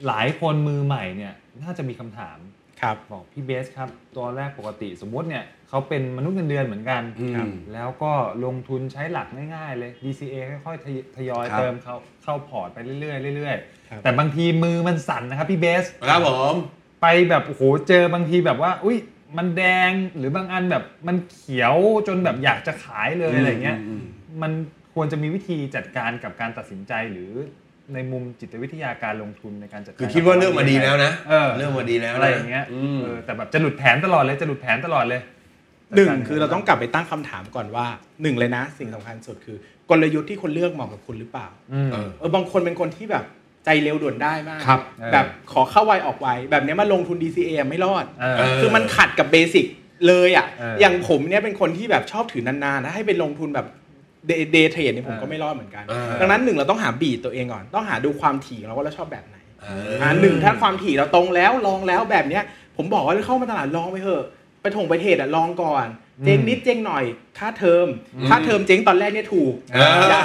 S3: หลายคนมือใหม่เนี่ยน่าจะมีคำถาม
S5: ครับ
S3: บอกพี่เบสครับตัวแรกปกติสมมติเนี่ยเขาเป็นมนุษย์เงินเดือนเหมือนกัน
S4: อืม
S3: ครับแล้วก็ลงทุนใช้หลักง่ายๆเลย DCA ค่อยๆทยทยอย
S4: ครับ
S3: เติมเข้าเข้าพอร์ตไปเรื่อยๆเรื่อย
S5: ครับ
S3: ๆ แต่บางทีมือมันสั่นนะครับพี่เบส
S4: ครับผม
S3: ไปแบบโอ้โหเจอบางทีแบบว่า อุ้ย มันแดงหรือบางอันแบบมันเขียวจนแบบอยากจะขายเลยอะไรเงี้ยมันควรจะมีวิธีจัดการกับการตัดสินใจหรือในมุมจิตวิทยาการลงทุนในการจัดการ
S4: คือคิดว่าเรื่องมาดีแล้วนะ
S3: เออ
S4: เรื่องมาดีแล้วน
S3: อะไรอย่างเงี้ย
S4: อืม
S3: เออแต่แบบจะหลุดแผนตลอดเลยจะหลุดแผนตลอดเลย
S5: หนึ่งคือเราต้องกลับไปตั้งคำถามก่อนว่าหนึ่งเลยนะ สิ่งสำคัญสุดคือ กลยุทธ์ที่คนเลือกเหมาะกับคุณหรือเปล่า
S3: อืม
S4: เออ
S5: เออบางคนเป็นคนที่แบบใจเร็วด่วนได้มาก
S4: ครับ
S5: แบบขอเข้าไวออกไวแบบเนี้ยมาลงทุน DCA ไม่รอด
S3: เออ
S5: คือมันขัดกับเบสิกเลยอ่ะ
S3: เอออ
S5: อย่างผมเนี่ยเป็นคนที่แบบชอบถือนานๆนะให้ไปลงทุนแบบเดย์เทรดเนี่ยผมก็ไม่รอดเหมือนกัน
S4: เออ
S5: ดังนั้นหนึ่งเราต้องหาบีตตัวเองก่อน ต้องหาดูความถี่เราว่าเราชอบแบบไหน
S4: เอ
S5: อ่าหนึ่งถ้าความถี่เราตรงแล้วลองแล้วแบบเนี้ย ผมบอกว่าเข้ามาตลาดลองไปเถอะ ไปถงไปเทรดอะลองก่อน เจ๊งนิดเจ๊งหน่อย ค่าเทอม ค่าเทอมเจ๊งตอนแรกเนี่ยถูก อย่า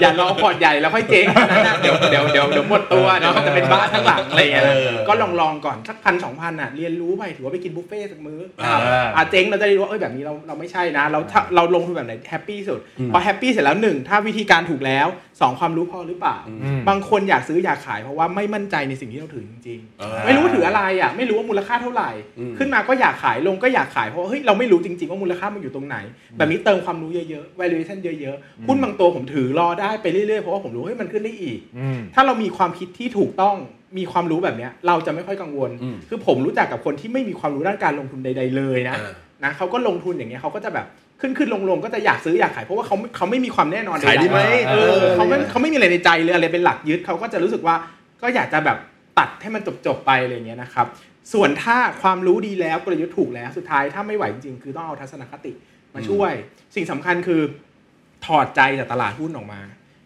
S5: อย่ารอพอร์ตใหญ่แล้วค่อย เจ๊งนะนะเดี๋ยวเดี๋ยวเดี๋ยวเดี๋ยวหมดตัวเดี๋ยวมันจะเป็นบ้าทั้งหลังอะไรเงี้ยนะก็ลองลองก่อนสักพันสองพันอ่ะเรียนรู้ไปถือว่าไปกินบุฟเฟ่ต์สักมื้อนะครับ
S3: อ่า
S5: อ่ะเจ๊งเราจะได้รู้ว่าเอ้ยแบบนี้เราเราไม่ใช่นะเราถ้าเราลงทุนแบบไหนแฮปปี้สุดพอแฮปปี้เสร็จแล้วหนึ่งถ้าวิธีการถูกแล้วสองความรู้พอหรือเปล่า
S3: อืม
S5: บางคนอยากซื้ออยากขายเพราะว่าไม่มั่นใจในสิ่งที่เราถือจริง
S4: เออ
S5: ๆ ไม่รู้ว่าถืออะไรอ่ะไม่รู้ว่ามูลค่าเท่าไหร่ ขึ้นมาก็อยากขายลงก็อยากขายเพราะว่าเฮ้ยเราไม่รู้จริงๆว่ามูลค่ามันอยู่ตรงไหน แบบนี้เติมความรู้เยอะๆ valuation เยอะๆหุ้นบางตัวผมถือรอได้ไปเรื่อยๆ เพราะว่าผมรู้เฮ้ยมันขึ้นได้อีก
S3: อืม
S5: ถ้าเรามีความคิดที่ถูกต้องมีความรู้แบบเนี้ยเราจะไม่ค่อยกังวล คือผมรู้จักกับคนที่ไม่มีความรู้ด้านการลงทุนใด ๆ เลยนะ
S4: อ่า
S5: นะเขาก็ลงทุนอย่างเงี้ยเขาก็จะแบบขึ้นขึ้นลงลงๆก็จะอยากซื้ออยากขายเพราะว่าเขาเขาไม่มีความแน่นอนใดๆ
S4: ขายดีไหม
S5: เออเขาไม่
S4: ออ
S5: เขาไม่มีอะไรในใจเลยอะไรเป็นหลักยึดเขาก็จะรู้สึกว่าก็อยากจะแบบตัดให้มันจบๆไปอะไรอย่างเงี้ยนะครับ ส่วนถ้าความรู้ดีแล้วกลยุทธ์ถูกแล้วสุดท้ายถ้าไม่ไหวจริงๆ คือต้องเอาทัศนคติมาช่วย สิ่งสำคัญคือถอดใจจากตลาดหุ้นออกมา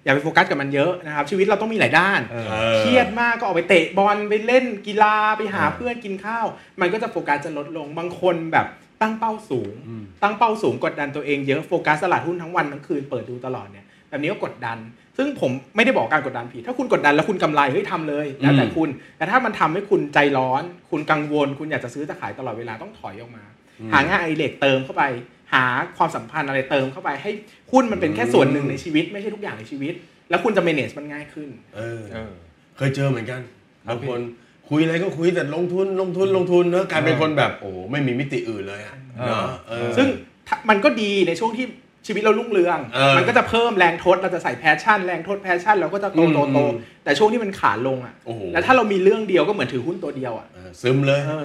S5: อย่าไปโฟกัสกับมันเยอะนะครับ ชีวิตเราต้องมีหลายด้าน
S3: เออ
S5: เครียดมากก็ออกไปเตะบอลไปเล่นกีฬาไปหาเพื่อนกินข้าว มันก็จะโฟกัสจะลดลงบางคนแบบตั้งเป้าสูง ตั้งเป้าสูงกดดันตัวเองเยอะโฟกัสตลาดหุ้นทั้งวันทั้งคืนเปิดดูตลอดเนี่ยแบบนี้ก็กดดัน ซึ่งผมไม่ได้บอกการกดดันผิดถ้าคุณกดดันแล้วคุณกำไรเฮ้ยทำเลยแล้วแต่
S4: อืม
S5: คุณ แต่ถ้ามันทำให้คุณใจร้อน คุณกังวล คุณอยากจะซื้อจะขายตลอดเวลาต้องถอยออกมา หางานไอเล็กเติมเข้าไป หาความสัมพันธ์อะไรเติมเข้าไป ให้หุ้นมันเป็นแค่ส่วนหนึ่งในชีวิต ไม่ใช่ทุกอย่างในชีวิต แล้วคุณจะ manage มันง่ายขึ้น
S4: เออ
S3: เออ
S4: เคยเจอเหมือนกันบางคนคุยอะไรก็คุยแต่ลงทุนลงทุนลงทุนเนอะกลายเป็นคนแบบโอ้โหไม่มีมิติอื่นเลยอะ
S3: เออ
S4: เนอะเออ
S5: ซึ่งถ้ามันก็ดีในช่วงที่ชีวิตเรารุ่งเรือง
S4: เออ
S5: มันก็จะเพิ่มแรงทดเราจะใส่แพชชั่น แรงทดแพชชั่นเราก็จะโตโตโต
S4: อืม
S5: แต่ช่วงที่มันขาลงอ่ะ
S4: โอ้โห
S5: แล้วถ้าเรามีเรื่องเดียวก็เหมือนถือหุ้นตัวเดียวอ่ะ
S4: เออซึมเลย
S5: เออ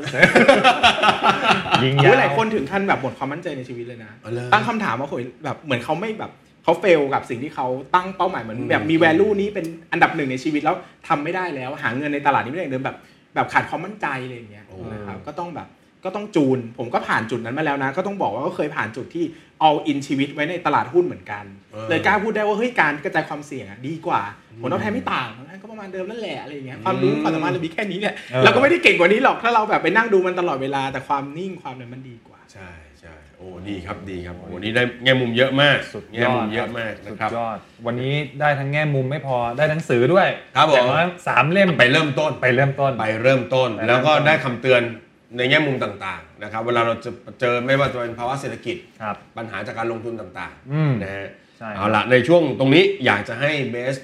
S3: ยิง
S5: หรื
S3: ยาว
S5: อหลายคนถึงขั้นแบบหมดความมั่นใจในชีวิตเลยนะ
S4: เอาเลย
S5: ตั้งคำถามว่าโหยแบบเหมือนเขาไม่แบบเขาเฟลกับสิ่งที่เขาตั้งเป้าหมายเหมือน
S4: อืม
S5: แบบมี value นี้เป็นอันดับหนึ่งในชีวิตแล้วทำไม่ได้แล้ว หาเงินในตลาดนี้ไม่ได้อย่างเดิมแบบแบบขาดความมั่นใจอะไรอย่างเงี้ยนะครับก็ต้องแบบก็ต้องจูน ผมก็ผ่านจุดนั้นมาแล้วนะ ก็ต้องบอกว่าก็เคยผ่านจุดที่ all in ชีวิตไว้ในตลาดหุ้นเหมือนกัน
S4: เออ
S5: เลยกล้าพูดได้ว่าเฮ้ยการกระจายความเสี่ยงอะดีกว่าผลตอบแทนไม่ต่างผลตอบแทนก็ประมาณเดิมนั่นแหละอะไรอย่างเงี้ยความรู้
S4: อืม
S5: ความสามารถเรามีแค่นี้แหละ
S3: เออ
S5: เราก็ไม่ได้เก่งกว่านี้หรอกถ้าเราแบบไปนั่งดูมันตลอดเวลาแต่ความนิ่งความนั้นมันดีกว่า
S4: ใช่ใช่โอ้ดีครับดีครับโอ้นี่ได้แง่มุมเยอะมาก
S3: สุด
S4: แง่
S3: ยอ
S4: มุ
S3: ด
S4: มเย
S3: ครั
S4: อะ
S3: บ
S4: มากนะ
S3: สุด
S4: ครับ
S3: ยอด วันนี้ได้ทั้งแง่มุมไม่พอได้หนังสือด้วย
S4: ครับผม
S3: แต่ว่าสามเล่ม
S4: ไปเริ่มต้น
S3: ไปเริ่มต้น
S4: ไปเริ่มต้น
S3: ไปเริ่มต้น
S4: แล้วก็ได้คำเตือนในแง่มุมต่างๆนะครับเวลาเราจะเจอไม่ว่าจะเป็นภาวะเศรษฐกิจ
S3: ครับ
S4: ปัญหาจากการลงทุนต่าง
S3: อืม
S4: นะฮะ
S3: ใช่
S4: เอาละในช่วงตรงนี้อยากจะให้เบส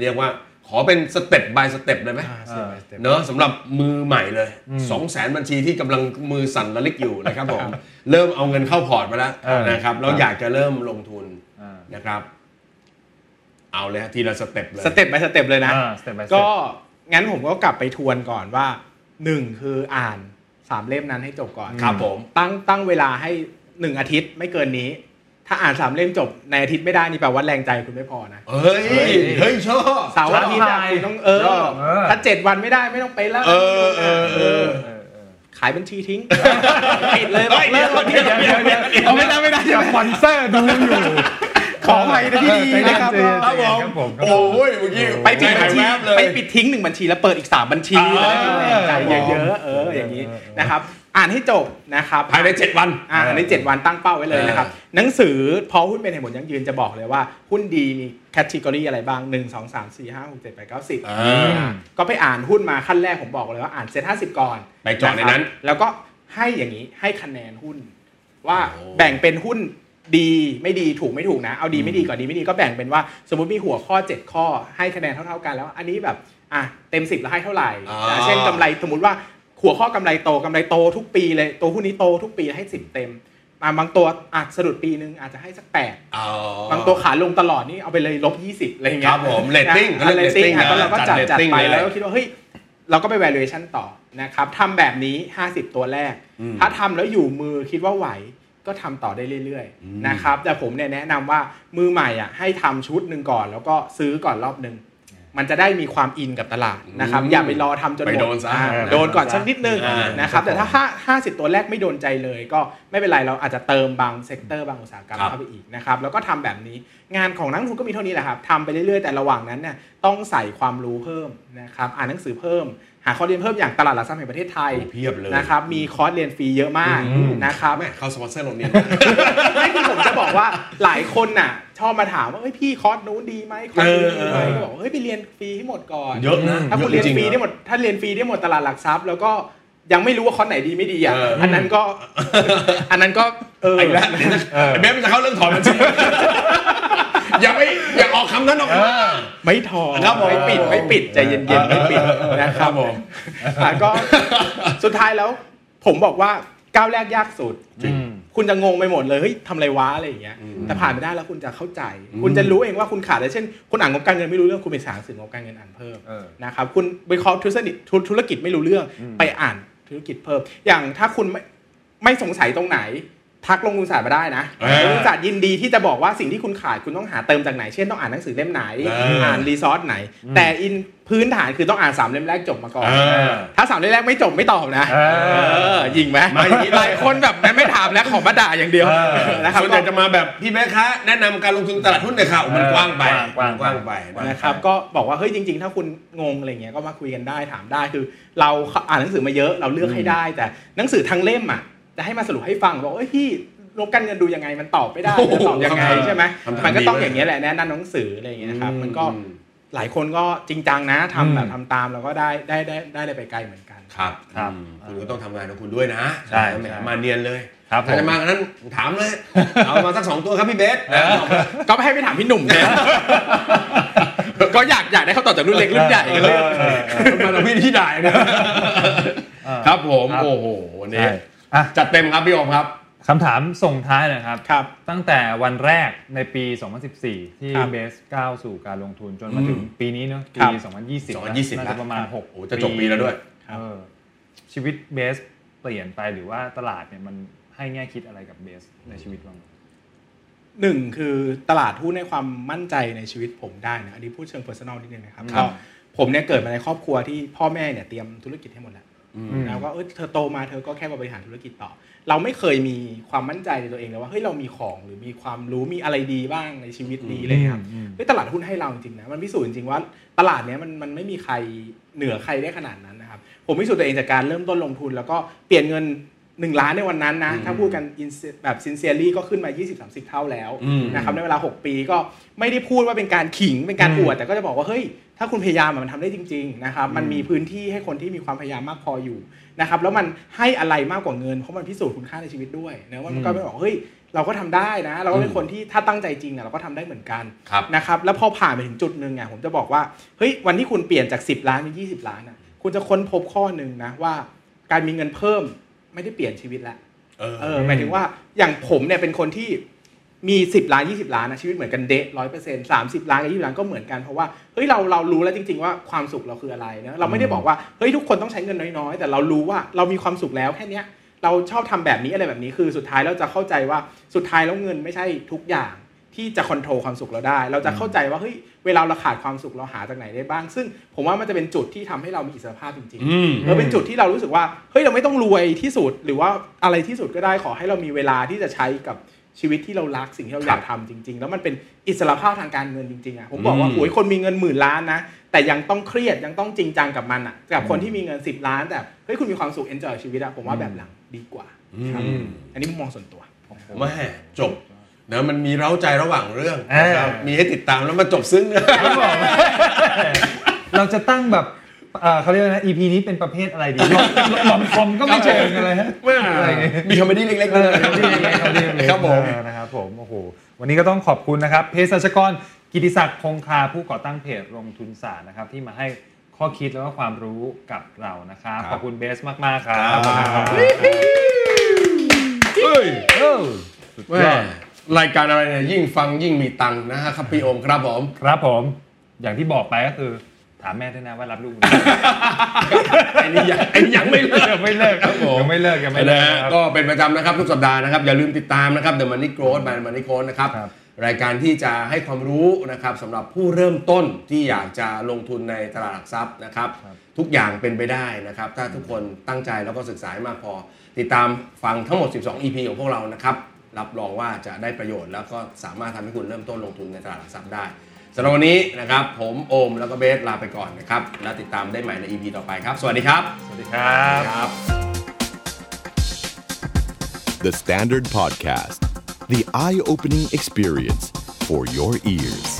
S4: เรียกว่าขอเป็นสเต็ป by สเต็ปเลยไหม
S3: เออ
S4: เนอะสำหรับมือใหม่เลย2องแสนบัญชีที่กำลังมือสั่นระลิกอยู่นะครับผม เริ่มเอาเงินเข้าพอร์ตมาแล้ว
S3: เออ
S4: นะครับ
S3: ค
S4: เรา
S3: รับ
S4: อยากจะเริ่มลงทุน
S3: อ่าน
S4: นะครับ เอาเลยฮะทีละสเต็ปเลย
S5: สเต็ปไปสเต็ปเลยนะ
S3: อ่า step by step
S5: ก็งั้นผมก็กลับไปทวนก่อนว่าหนึ่งคืออ่านสามเล่มนั้นให้จบก่อน
S4: ครับผม
S5: ตั้งตั้งเวลาให้หนึ่งอาทิตย์ไม่เกินนี้ ถ้าอ่านสามเล่มจบในอาทิตย์ไม่ได้นี่แปลว่าแรงใจคุณไม่พอนะ
S4: เฮ้ย เฮ้ยชอบ
S5: เสาร์อาทิตย์อะคุณต้องเออ
S3: ชอบเออ
S5: ถ้าเจ็ดวันไม่ได้ไม่ต้องไปแล้ว
S4: เออเออเออ
S3: เออเออ
S5: ขายบัญชีทิ้งปิดเลยบอกเลิก
S4: เดี๋ยวเดี๋ยวเดี๋ยวเดี๋ยว
S5: เอาไม่ได้ไม่ได้ใช่ไหม
S3: สปอนเซอร์ดูอยู่
S5: ขออภัยนะที่ดีนะครับ
S3: เออใจเย็นๆครับผม
S4: โอ้ยเมื่อกี้
S5: ไปปิดบัญชี
S4: แวบเลย
S5: ไปปิดทิ้งหนึ่งบัญชีแล้วเปิดอีกสามบัญชี
S4: อ่า
S5: จะได้มีแรงใจเยอะๆเอออย่างนี้นะครับอ่านให้จบนะครับ
S4: ภายใน 7 วัน
S5: อ่าใน7วันตั้งเป้าไว้เลยนะครับ
S4: เออ
S5: หนังสือพอหุ้นเป็นเหตุผลยั่งยืนจะบอกเลยว่า หุ้นดีมีแคตตากรีอะไรบ้าง 1 2 3 4 5 6 7 8 9 10
S4: อ่
S3: า
S5: ก็ไปอ่านหุ้นมาขั้นแรกผมบอกเลยว่าอ่านเซ็ตห้าสิบก่อน
S4: ไปเจาะในนั้น
S5: ครับแล้วก็ให้อย่างนี้ให้คะแนนหุ้น ว่า
S4: โอ้
S5: แบ่งเป็นหุ้นดีไม่ดีถูกไม่ถูกนะ เอาดีไม่ดีก่อนดีไม่ดีก็แบ่งเป็นว่า สมมติมีหัวข้อ 7 ข้อให้คะแนนเท่าๆกันแล้ว อันนี้แบบอ่ะเต็ม 10 แล้วให้เท่าไหร่ เช่นกำไรสมมติว่า หัวข้อกำไรโตกำไรโตทุกปีเลยตัวหุ้นนี้โตทุกปีให้สิบเต็มอ่ะบางตัวอาจสะดุดปีนึงอาจจะให้สักแปด
S4: อ๋อ
S5: บางตัวขาลงตลอดนี่เอาไปเลยลบ 20 อะไรเงี้ย
S4: ครับผม rating
S5: นะอ่ะ
S4: เขาเรียก
S5: rating
S4: rating
S5: อ่ะ
S4: นะ
S5: ก็เราก็
S4: จั
S5: จั
S4: ด
S5: ด
S4: rating
S5: จัดไป
S4: เลย
S5: แล้วก็คิดว่าเฮ้ยเราก็ไป valuation ต่อนะครับทำแบบนี้ 50 ตัวแรก
S4: อืม
S5: ถ้าทำแล้วอยู่มือคิดว่าไหวก็ทำต่อได้เรื่อย
S4: อืม
S5: ๆนะครับแต่ผมเนี่ยแนะนำว่ามือใหม่อ่ะให้ทำชุดหนึ่งก่อน แล้วก็ซื้อก่อนรอบหนึ่งมันจะได้มีความอินกับตลาดนะครับอย่าไปรอทำจนหม
S4: ไป
S5: ด
S4: โดนซะ
S5: อ่าโดนก่อนสักนิดนึง
S4: อ่าน
S5: นะครับแต่ถ้า ถ้า50 ตัวแรกไม่โดนใจเลย ก็ไม่เป็นไรเราอาจจะเติมบางเซกเตอร์บางอุตสาหกรรม
S4: ครับ
S5: เข้าไปอีกนะครับแล้วก็ทำแบบนี้งานของนักลงทุนก็มีเท่านี้แหละครับทำไปเรื่อยๆแต่ระหว่างนั้นเนี่ยต้องใส่ความรู้เพิ่มนะครับอ่านหนังสือเพิ่ม หาข้อเรียนเพิ่มอย่างตลาดหลักทรัพย์แห่งประเทศไทย
S4: โอ้เพียบเลย
S5: นะครับมีคอร์สเรียนฟรีเยอะมากนะครับ
S4: แม่เขาสปอนเซอร์เราเนี่ย
S5: ไม่คือผมจะบอกว่าหลายคนน่ะ ชอบมาถามว่าเฮ้ยพี่คอร์สนู้นดีไหมคอร์สนี้ดีไหม
S4: เออเออ
S5: ก็บอกว่าเฮ้ยไปเรียนฟรีให้หมดก่อน
S4: เยอะนะ
S5: ถ้าคุณเรียนฟรีได้หมดถ้าเรียนฟรีได้หมดตลาดหลักทรัพย์ แล้วก็ยังไม่รู้ว่าคอร์สไหนดีไม่ดีอ่ะ
S4: เอออั
S5: อันนั้นก็ อันนั้นก็เออ
S4: ไอ้แม่แม่มันจะเข้าเรื่องถอนบัญชี อย่าไปอย่าออกคำนั้นออกมา
S5: ไม่ทอง
S4: ครับผม
S5: ไม่ปิดไม่ปิดใจเย็นๆไม่ปิดนะค
S4: ครั
S5: รับบ
S4: ผม
S5: อ่ะก็สุดท้ายแล้ว ผมบอกว่าก้าวแรกยากสุด คุณจะงงไปหมดเลยเฮ้ยทำไรวะอะไรอย่างเงี้ยแต่ผ่านไปได้แล้วคุณจะเข้าใจ คุณจะรู้เองว่าคุณขาดอะไรเช่นคุณอ่านงบการเงินไม่รู้เรื่องคุณไปสางสื่องบการเงินอ่านเพิ่ม
S3: เออ
S5: นะครับคุณไปเคาะธุรกิจธุธุรกิจไม่รู้เรื่องไปอ่านธุรกิจเพิ่ม อย่างถ้าคุณไม่ไม่สงสัยตรงไหน ทักลงทุนศาสตร์มาได้นะ
S4: เออ
S5: ลงทุนศาสตร์ยินดีที่จะบอกว่าสิ่งที่คุณขาดคุณต้องหาเติมจากไหน เช่นต้องอ่านหนังสือเล่มไหน
S4: เอออ่
S5: อ่านรีซอสไหน แต่อินพื้นฐานคือต้องอ่านสามเล่มแรกจบมาก่อน
S4: เออ
S5: ถ้าสามเล่มแรกไม่จบไม่ตอบนะ
S3: เออ
S5: เออยิงไหม
S4: ไม่ยิง
S5: หลายคนแบบไม่ถามแล้วของมาด่าอย่างเดียวนะครับ
S4: ส่วนใหญ่จะมาแบบพี่แม่คะแนะนำการลงทุนตลาดหุ้นเลยค่ะโอ้มันกว้างไป
S3: กว้าง
S4: ก
S3: ก
S4: ว้า
S3: ว้าง ง
S4: ไปนะ
S5: นะ
S4: ค
S5: ครับ รับก็บอกว่าเฮ้ยจริง ๆ ถ้าคุณงงอะไรเงี้ยก็มาคุยกันได้ถามได้คือ เราอ่านหนังสือมาเยอะเราเลือกให้ได้ แต่หนังสือทั้งเล่มอ่ะจะให้มาสรุปให้ฟังบอกเอ้ยพี่ลบกันเงินดูยังไงมันตอบไม่ได้
S4: โอ้โห
S5: จะตอบยัง
S4: คำ
S5: ไง
S4: ถาม
S5: ใช่ไหม
S4: คำถาม
S5: มันก็ต้อง
S4: ดีมาก
S5: อย่างเงี้ยแหละแนะนำหนังสืออะไรเงี้ยครับมันก็
S4: อืม
S5: หลายคนก็จริงจังนะทำแบบทำตามเราก็ได้ได้ได้ได้ได้ไปไกลเหมือนกัน
S4: ครับ
S3: ครับ
S4: อืมคุณก็ต้องทำงานของคุณด้วยนะ
S3: ใช่
S4: แหม
S3: ใช่
S4: มาเนียนเลย
S3: ครับ
S4: ถ้า
S3: ผม
S4: จะมากันนั้นถาม เลย เอามาสักสองตัวครับพี่เบส
S5: ก็ไม่ให้ไปถามพี่หนุ่มเนี่ย ก็อยากอยากได้เขาตอบจากรุ่นเล็กรุ่นใหญ่กันเลย
S4: มันเอาพี่ที่ด่ายนะครับผม
S3: ครับ
S4: โอ้โหวันนี้
S3: ใช่อ่ะ
S4: จัดเต็มครับพี่อมครับ
S3: คำถามส่งท้ายหนะครับ
S5: ครับ
S3: ตั้งแต่วันแรกในปี 2014 ที่
S5: ครับ
S3: เบสก้าวสู่การลงทุนจนมาถึงปีนี้เนอะ
S5: ครั
S3: ปี
S5: บ
S3: 2020
S4: 2020
S3: น่าจะประมาณ
S4: แล้ว
S3: 6
S4: โอ้จะจบปีแล้วด้วย
S3: เออชีวิตเบสเปลี่ยนไปหรือว่าตลาดเนี่ยมันให้แง่คิดอะไรกับเบสในชีวิตบ้าง
S5: หนึ่งคือตลาดหุ้นให้ความมั่นใจในชีวิตผมได้นะอันนี้พูดเชิง personal นิดนึงนะครับ
S3: ครั
S5: ก็
S3: บ
S5: ผมเนี่ยเกิดมาในครอบครัวที่พ่อแม่เนี่ยเตรียมธุรกิจให้หมดแล้วแล้วก็เออเธอโตมาเธอก็แค่มาบริหารธุรกิจต่อ เราไม่เคยมีความมั่นใจในตัวเองเลยว่าเฮ้ยเรามีของหรือมีความรู้มีอะไรดีบ้างในชีวิตนี้อะไรอย่างเลยครับ
S3: อืม
S5: เฮ้ยตลาดหุ้นให้เราจริงๆนะมันพิสูจน์จริงๆว่าตลาดเนี้ยมันมันไม่มีใครเหนือใครได้ขนาดนั้นนะครับผมพิสูจน์ตัวเองจากการเริ่มต้นลงทุน แล้วก็เปลี่ยนเงิน 1 ล้านในวันนั้นนะ
S4: อืม
S5: ถ้าพูดกัน in- แบบ sincerely ก็ขึ้นมา 20-30 เท่าแล้ว
S4: อืม
S5: นะครับในเวลา 6 ปีก็ไม่ได้พูดว่าเป็นการขิงเป็นการอวด แต่ก็จะบอกว่าเฮ้ยถ้าคุณพยายามอะมันทำได้จริงๆนะครับมันมีพื้นที่ให้คนที่มีความพยายามมากพออยู่นะครับแล้วมันให้อะไรมากกว่าเงินเพราะมันพิสูจน์คุณค่าในชีวิตด้วยนะว่ามันก็ไม่บอกเฮ้ยเราก็ทำได้นะ เราก็เป็นคนที่ถ้าตั้งใจจริงอะเราก็ทำได้เหมือนกัน
S4: ครับ
S5: นะครับแล้วพอผ่านไปถึงจุดหนึ่งอ่ะผมจะบอกว่าเฮ้ยวันที่คุณเปลี่ยนจาก 10 ล้านเป็น20 ล้านอ่ะคุณจะค้นพบข้อหนึ่งนะว่า การมีเงินเพิ่มไม่ได้เปลี่ยนชีวิตละ
S4: เออ
S5: เออหมายถึงว่าอย่างผมเนี่ยเป็นคนที่มี 10 ล้าน 20 ล้านนะชีวิตเหมือนกันเดะร้อยเปอร์เซ็นต์สามสิบล้านกับยี่สิบล้านก็เหมือนกันเพราะว่าเฮ้ยเราเรารู้แล้วจริง ๆ ว่าความสุขเราคืออะไรนะเราไม่ได้บอกว่าเฮ้ยทุกคนต้องใช้เงินน้อยๆ แต่เรารู้ว่าเรามีความสุขแล้วแค่เนี้ยเราชอบทำแบบนี้อะไรแบบนี้คือสุดท้ายเราจะเข้าใจว่าสุดท้ายแล้วเงินไม่ใช่ทุกอย่าง ที่จะคอนโทรลความสุขเราได้ เราจะเข้าใจว่าเฮ้ยเวลาเราขาดความสุขเราหาจากไหนได้บ้าง ซึ่งผมว่ามันจะเป็นจุดที่ทำให้เรามีอิสรภาพจริง
S4: อืม
S5: ๆแล้วเป็นจุดที่เรารู้สึกว่าเฮ้ยเราไม่ต้องรวยที่สุด หรือว่าอะไรที่สุดก็ได้ขอให้เรามีเวลาที่จะใช้กับชีวิตที่เรารักสิ่งที่เราอยากทำจริง ๆ แล้วมันเป็นอิสรภาพทางการเงินจริงๆอ่ะผมบอกว่า
S4: อืม
S5: โอ้ยคนมีเงินหมื่นล้านนะแต่ยังต้องเครียดยังต้องจริงจังกับมันอ่ะกับคนที่มีเงิน 10 ล้านแต่เฮ้ยคุณมีความสุขเอนจอยชีวิตอ่ะผมว่าแบบหลังดีกว่าครับ
S4: อืม
S5: อันนี้มุมมองส่วนตัว
S4: แม่จบนะมันมีเร้าใจระหว่างเรื่อง
S3: เออ
S4: นะครับมีให้ติดตามแล้วมันจบซึ้งนะ
S3: เราจะตั้งแบบเอ่อเขาเรียกอะไรนะ EP นี้เป็นประเภทอะไรดีลองลองคอมก็ไม่เชิงอะไรฮะ
S4: แม่มีคอมเมดี้เล็กๆ
S3: เอ
S4: ด้วย
S3: อ
S4: นะ
S3: เขาดีเลยเขาดีเลย
S4: ครับผม
S3: เออนะครับผมโอ้โหวันนี้ก็ต้องขอบคุณนะครับเภสัชกรกิติศักดิ์คงคาผู้ก่อตั้งเพจลงทุนศาสตร์นะครับที่มาให้ ข้อคิดแล้วก็ความรู้กับเรานะครับ
S4: ครับ
S3: ขอบคุณเบสมากๆครับ
S4: เฮ้ย
S3: เอ้าสุดย
S4: แม่
S3: อด
S4: รายการอะไรเนี่ยยิ่งฟังยิ่งมีตังค์นะฮะครับพี่โอมครับผม
S3: ครับผม อย่างที่บอกไปก็คือ ถามแม่ด้วยนะว่ารับลูกไหม
S4: อันนี้ยังอันนี้ยังไม่เลิก
S3: ยังไม่เลิก
S4: ครับผม
S3: ยังไม่เลิกยังไม่เลิ
S4: นะ
S3: ก
S4: ฮะ
S3: ครับ
S4: ก็เป็นประจำนะครับทุกสัปดาห์นะครับ อย่าลืมติดตามนะครับ The Money Growth by The Money Coach นะครับ
S3: ครับ
S4: รายการที่จะให้ความรู้นะครับสำหรับผู้เริ่มต้นที่อยากจะลงทุนในตลาดหลักทรัพย์นะครับ ทุกอย่างเป็นไปได้นะครับ ถ้าทุกคนตั้งใจแล้วก็ศึกษาให้มากพอ ติดตามฟังทั้งหมด 12 EP ของพวกเรานะครับ รับรองว่าจะได้ประโยชน์ แล้วก็สามารถทำให้คุณเริ่มต้นลงทุนในตลาดหลักทรัพย์ได้สำหรับวันนี้นะครับ ผมโอมแล้วก็เบสลาไปก่อนนะครับแล้วติดตามได้ใหม่ใน EP ต่อไปครับ สวัสดีครับ
S3: สวัสดีครับ
S4: ครับ
S1: The Standard Podcast, the eye opening experience for your ears.